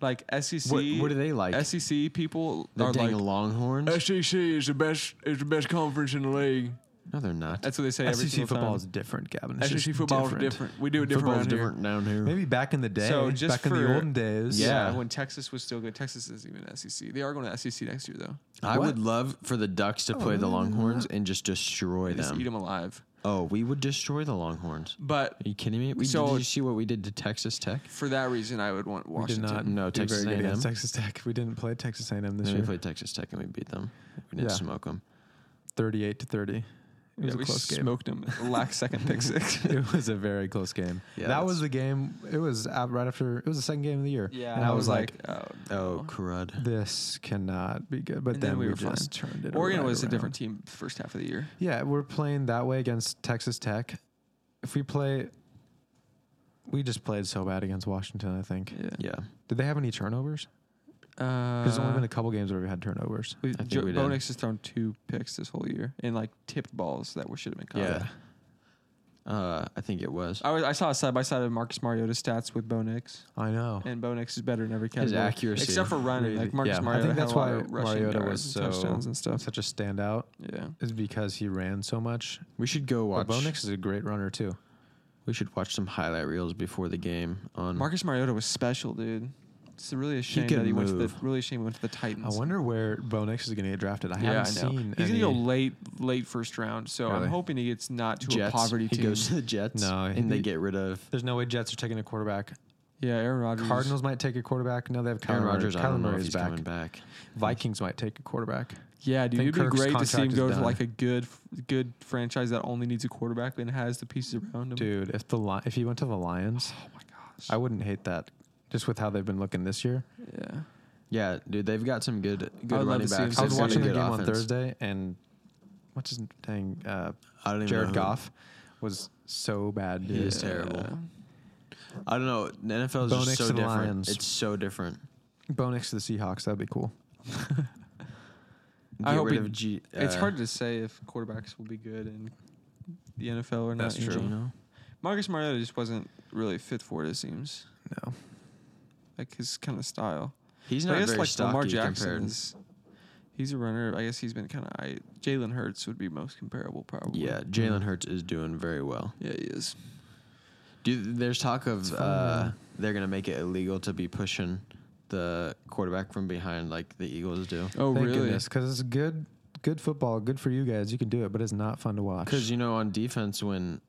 Like E SEC.
What- what do they like?
SEC E people
they're
are
dang
like
Longhorns.
SEC is the best is the best conference in the league.
No, they're not.
That's what they say
E
every
SEC
single
football
time.
is different, Gavin. It's
SEC
just
football is different. We do it different.
Football's
around here.
different down here.
Maybe back in the day,
So just
back in
for-
the olden days,
Yeah.
Yeah.
when Texas was still good. Texas isn't even SEC. They are going to SEC next year though.
I would love for the Ducks to play the Longhorns and just destroy
Oh, Just eat
them.
them alive.
Oh, we would destroy the Longhorns.
But
Are you kidding me? We,
So-
did you see what we did to Texas Tech?
for that reason, I would want
we did
Washington.
not
No,
do
Texas
very good against
A&M.
Texas Tech. We didn't play Texas A&M this
Then
year,
we played Texas Tech and we beat them. We didn't
Yeah.
smoke them.
thirty-eight to thirty. It was
Yeah,
a
we
close game.
smoked them. Lack second pick six.
it was a very close game.
Yeah,
that
that's-
was the game. It was out right after. It was the second game of the year.
yeah,
and I, was like,
oh,
Oh, crud.
"This cannot be good." But
And
then,
then we
we,
were
just turned it.
Oregon
right
was
around.
a different team first half of the year.
Yeah, we're playing that way against Texas Tech. If we play, we just played so bad against Washington. I think.
Yeah.
Did they have any turnovers?
Uh,
'Cause There's only been a couple games where we had turnovers.
we,
think
Joe,
we did.
Bo Nix has thrown two picks this whole year and like tipped balls that were should have been caught.
Yeah. Uh, I think it was.
I, was, I saw a side by side of Marcus Mariota's stats with Bo Nix,
I know.
and Bo Nix is better in every category
accuracy
except for running.
Oh. really-
Like Marcus
yeah. I
Mariota,
I think
had a
that's
lot
why
of rushing
Mariota
yards
was
and
so Hmm.
touchdowns and stuff.
such a standout
Yeah,
is because he ran so much.
We should go
But
watch.
Bo Nix is a great runner too.
We should watch some highlight reels before the game on
Marcus Mariota was special, dude. It's really a shame
could
that he went to the
move.
really a shame he went to the
I
Titans.
wonder where Bo Nix is going to get drafted. I
Mm-hmm. yeah, I know.
haven't seen.
He's
any.
gonna go late, late first round. So I'm
Really?
hoping he gets not to
Jets.
a poverty
he
team.
goes to the Jets.
No,
and they
he-
get rid of
There's no way Jets are taking a quarterback.
yeah, Aaron Rodgers.
Cardinals might take a quarterback. No, they have Kyler
Aaron Rodgers.
Murray.
I don't
Kyler
know
Murray
if
is
he's
back.
coming back.
Vikings might take a quarterback.
Yeah, dude,
Think
it'd be
Kirk's
great to see him
contract is
go to
done.
like a good, good franchise that only needs a quarterback and has the pieces around him.
Dude, if the Li- if he went to the Lions,
Oh my gosh.
I wouldn't hate that. Just with how they've been looking this year.
yeah.
Yeah, dude, they've got some good
love
good running
to see him
backs.
I
They've
was
got a
watching the
good
game on Thursday, and what's his dang uh,
I don't even know
Jared
who-
Goff was so bad. Dude.
He is terrible.
Yeah.
I don't know. The NFL is
Bo
just
Nix
so
to the
different.
Lions.
It's so different.
Bo Nix to the Seahawks. That'd be cool.
Get
I hope
rid
he-
of G.
it's
uh,
hard to say if quarterbacks will be good in the NFL or not.
That's
you
true.
know? Marcus Mariota just wasn't really fit for it. It seems
No,
like his kind of style.
He's
I
not
guess
very
like
stocky
Lamar Jackson
compared.
is. He's a runner. I guess he's been kind of. I Jalen Hurts would be most comparable, probably.
yeah,
hmm.
Jalen Hurts is doing very well.
Yeah, he is.
Dude, there's talk of
fun,
uh,
man.
they're gonna make it illegal to be pushing the quarterback from behind like the Eagles do.
Oh,
Thank
really?
goodness, because it's good, good football. Good for you guys. You can do it, but it's not fun to watch.
Because you know, on defense, when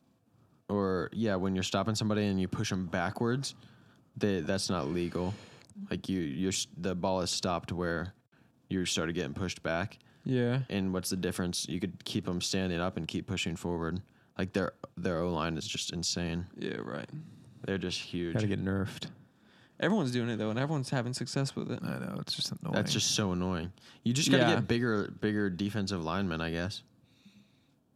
or yeah, when you're stopping somebody and you push them backwards, they, that's not legal. Like you, you're s- the ball is stopped where you started getting pushed back.
Yeah.
And what's the difference? You could keep them standing up and keep pushing forward. Like their their O line is just insane.
Yeah, right.
They're just huge.
gotta get nerfed.
Everyone's doing it though, and everyone's having success with it.
I know it's just annoying.
That's just so annoying. You just gotta
Yeah.
get bigger, bigger defensive linemen, I guess.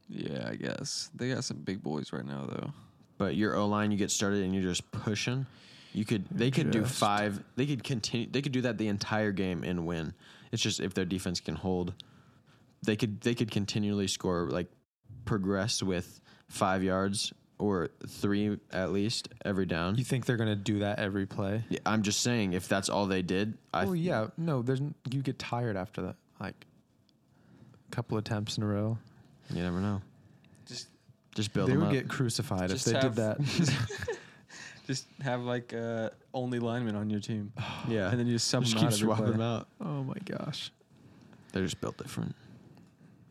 Yeah, I guess they got some big boys right now though.
But your O line, you get started and you're just pushing. You could, they could do
Just-
five. They could continue. They could do that the entire game and win. It's just if their defense can hold, they could, they could continually score like progress with five yards or three at least every down.
you think they're gonna do that every play?
Yeah, I'm just saying, if that's all they did, I
Oh yeah, no. There's n- you get tired after that, like a couple attempts in a row.
you never know.
Just
Just build
they
them
would
up.
get crucified if
Just
they
have-
did that.
just have like uh, only linemen on your team,
yeah,
and then you just sub
just
them
keep
out. every
swapping
play.
them out.
oh my gosh.
They're just built different.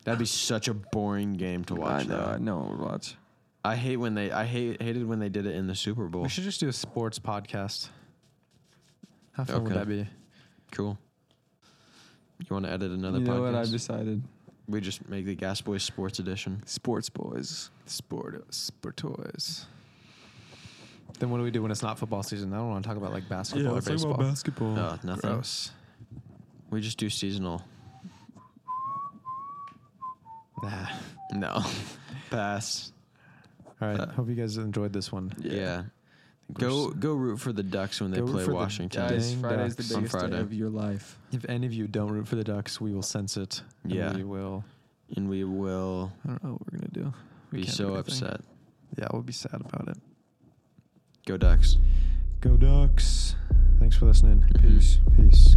That'd be such a boring game to watch.
I know.
though.
I know. Overwatch.
I hate when they. I hate hated when they did it in the Super Bowl.
We should just do a sports podcast. How fun would
Okay.
that be?
Cool. You want to edit another
You know
podcast?
what I've decided?
we just make the Gas Boys Sports Edition.
Sports boys.
Sport, sport toys. Then what do we do when it's not football season? I don't want to talk about like basketball or baseball.
basketball.
Oh, nothing.
Gross.
We just do seasonal.
Nah.
No. Pass.
All right. hope you guys enjoyed this one.
Yeah. Go go root for the Ducks when they
Go root
play
for the
Washington.
Guys,
Guys, Dang
Friday's
ducks.
the
On
biggest day
Friday.
of your life.
If any of you don't root for the Ducks, we will sense it. and
Yeah.
We will.
and we will
I don't know what we're gonna do. We
be
can't do
so
anything.
upset.
Yeah, we'll be sad about it.
Go Ducks. Mm-hmm.
Go Ducks! Thanks for listening.
Peace.
Peace.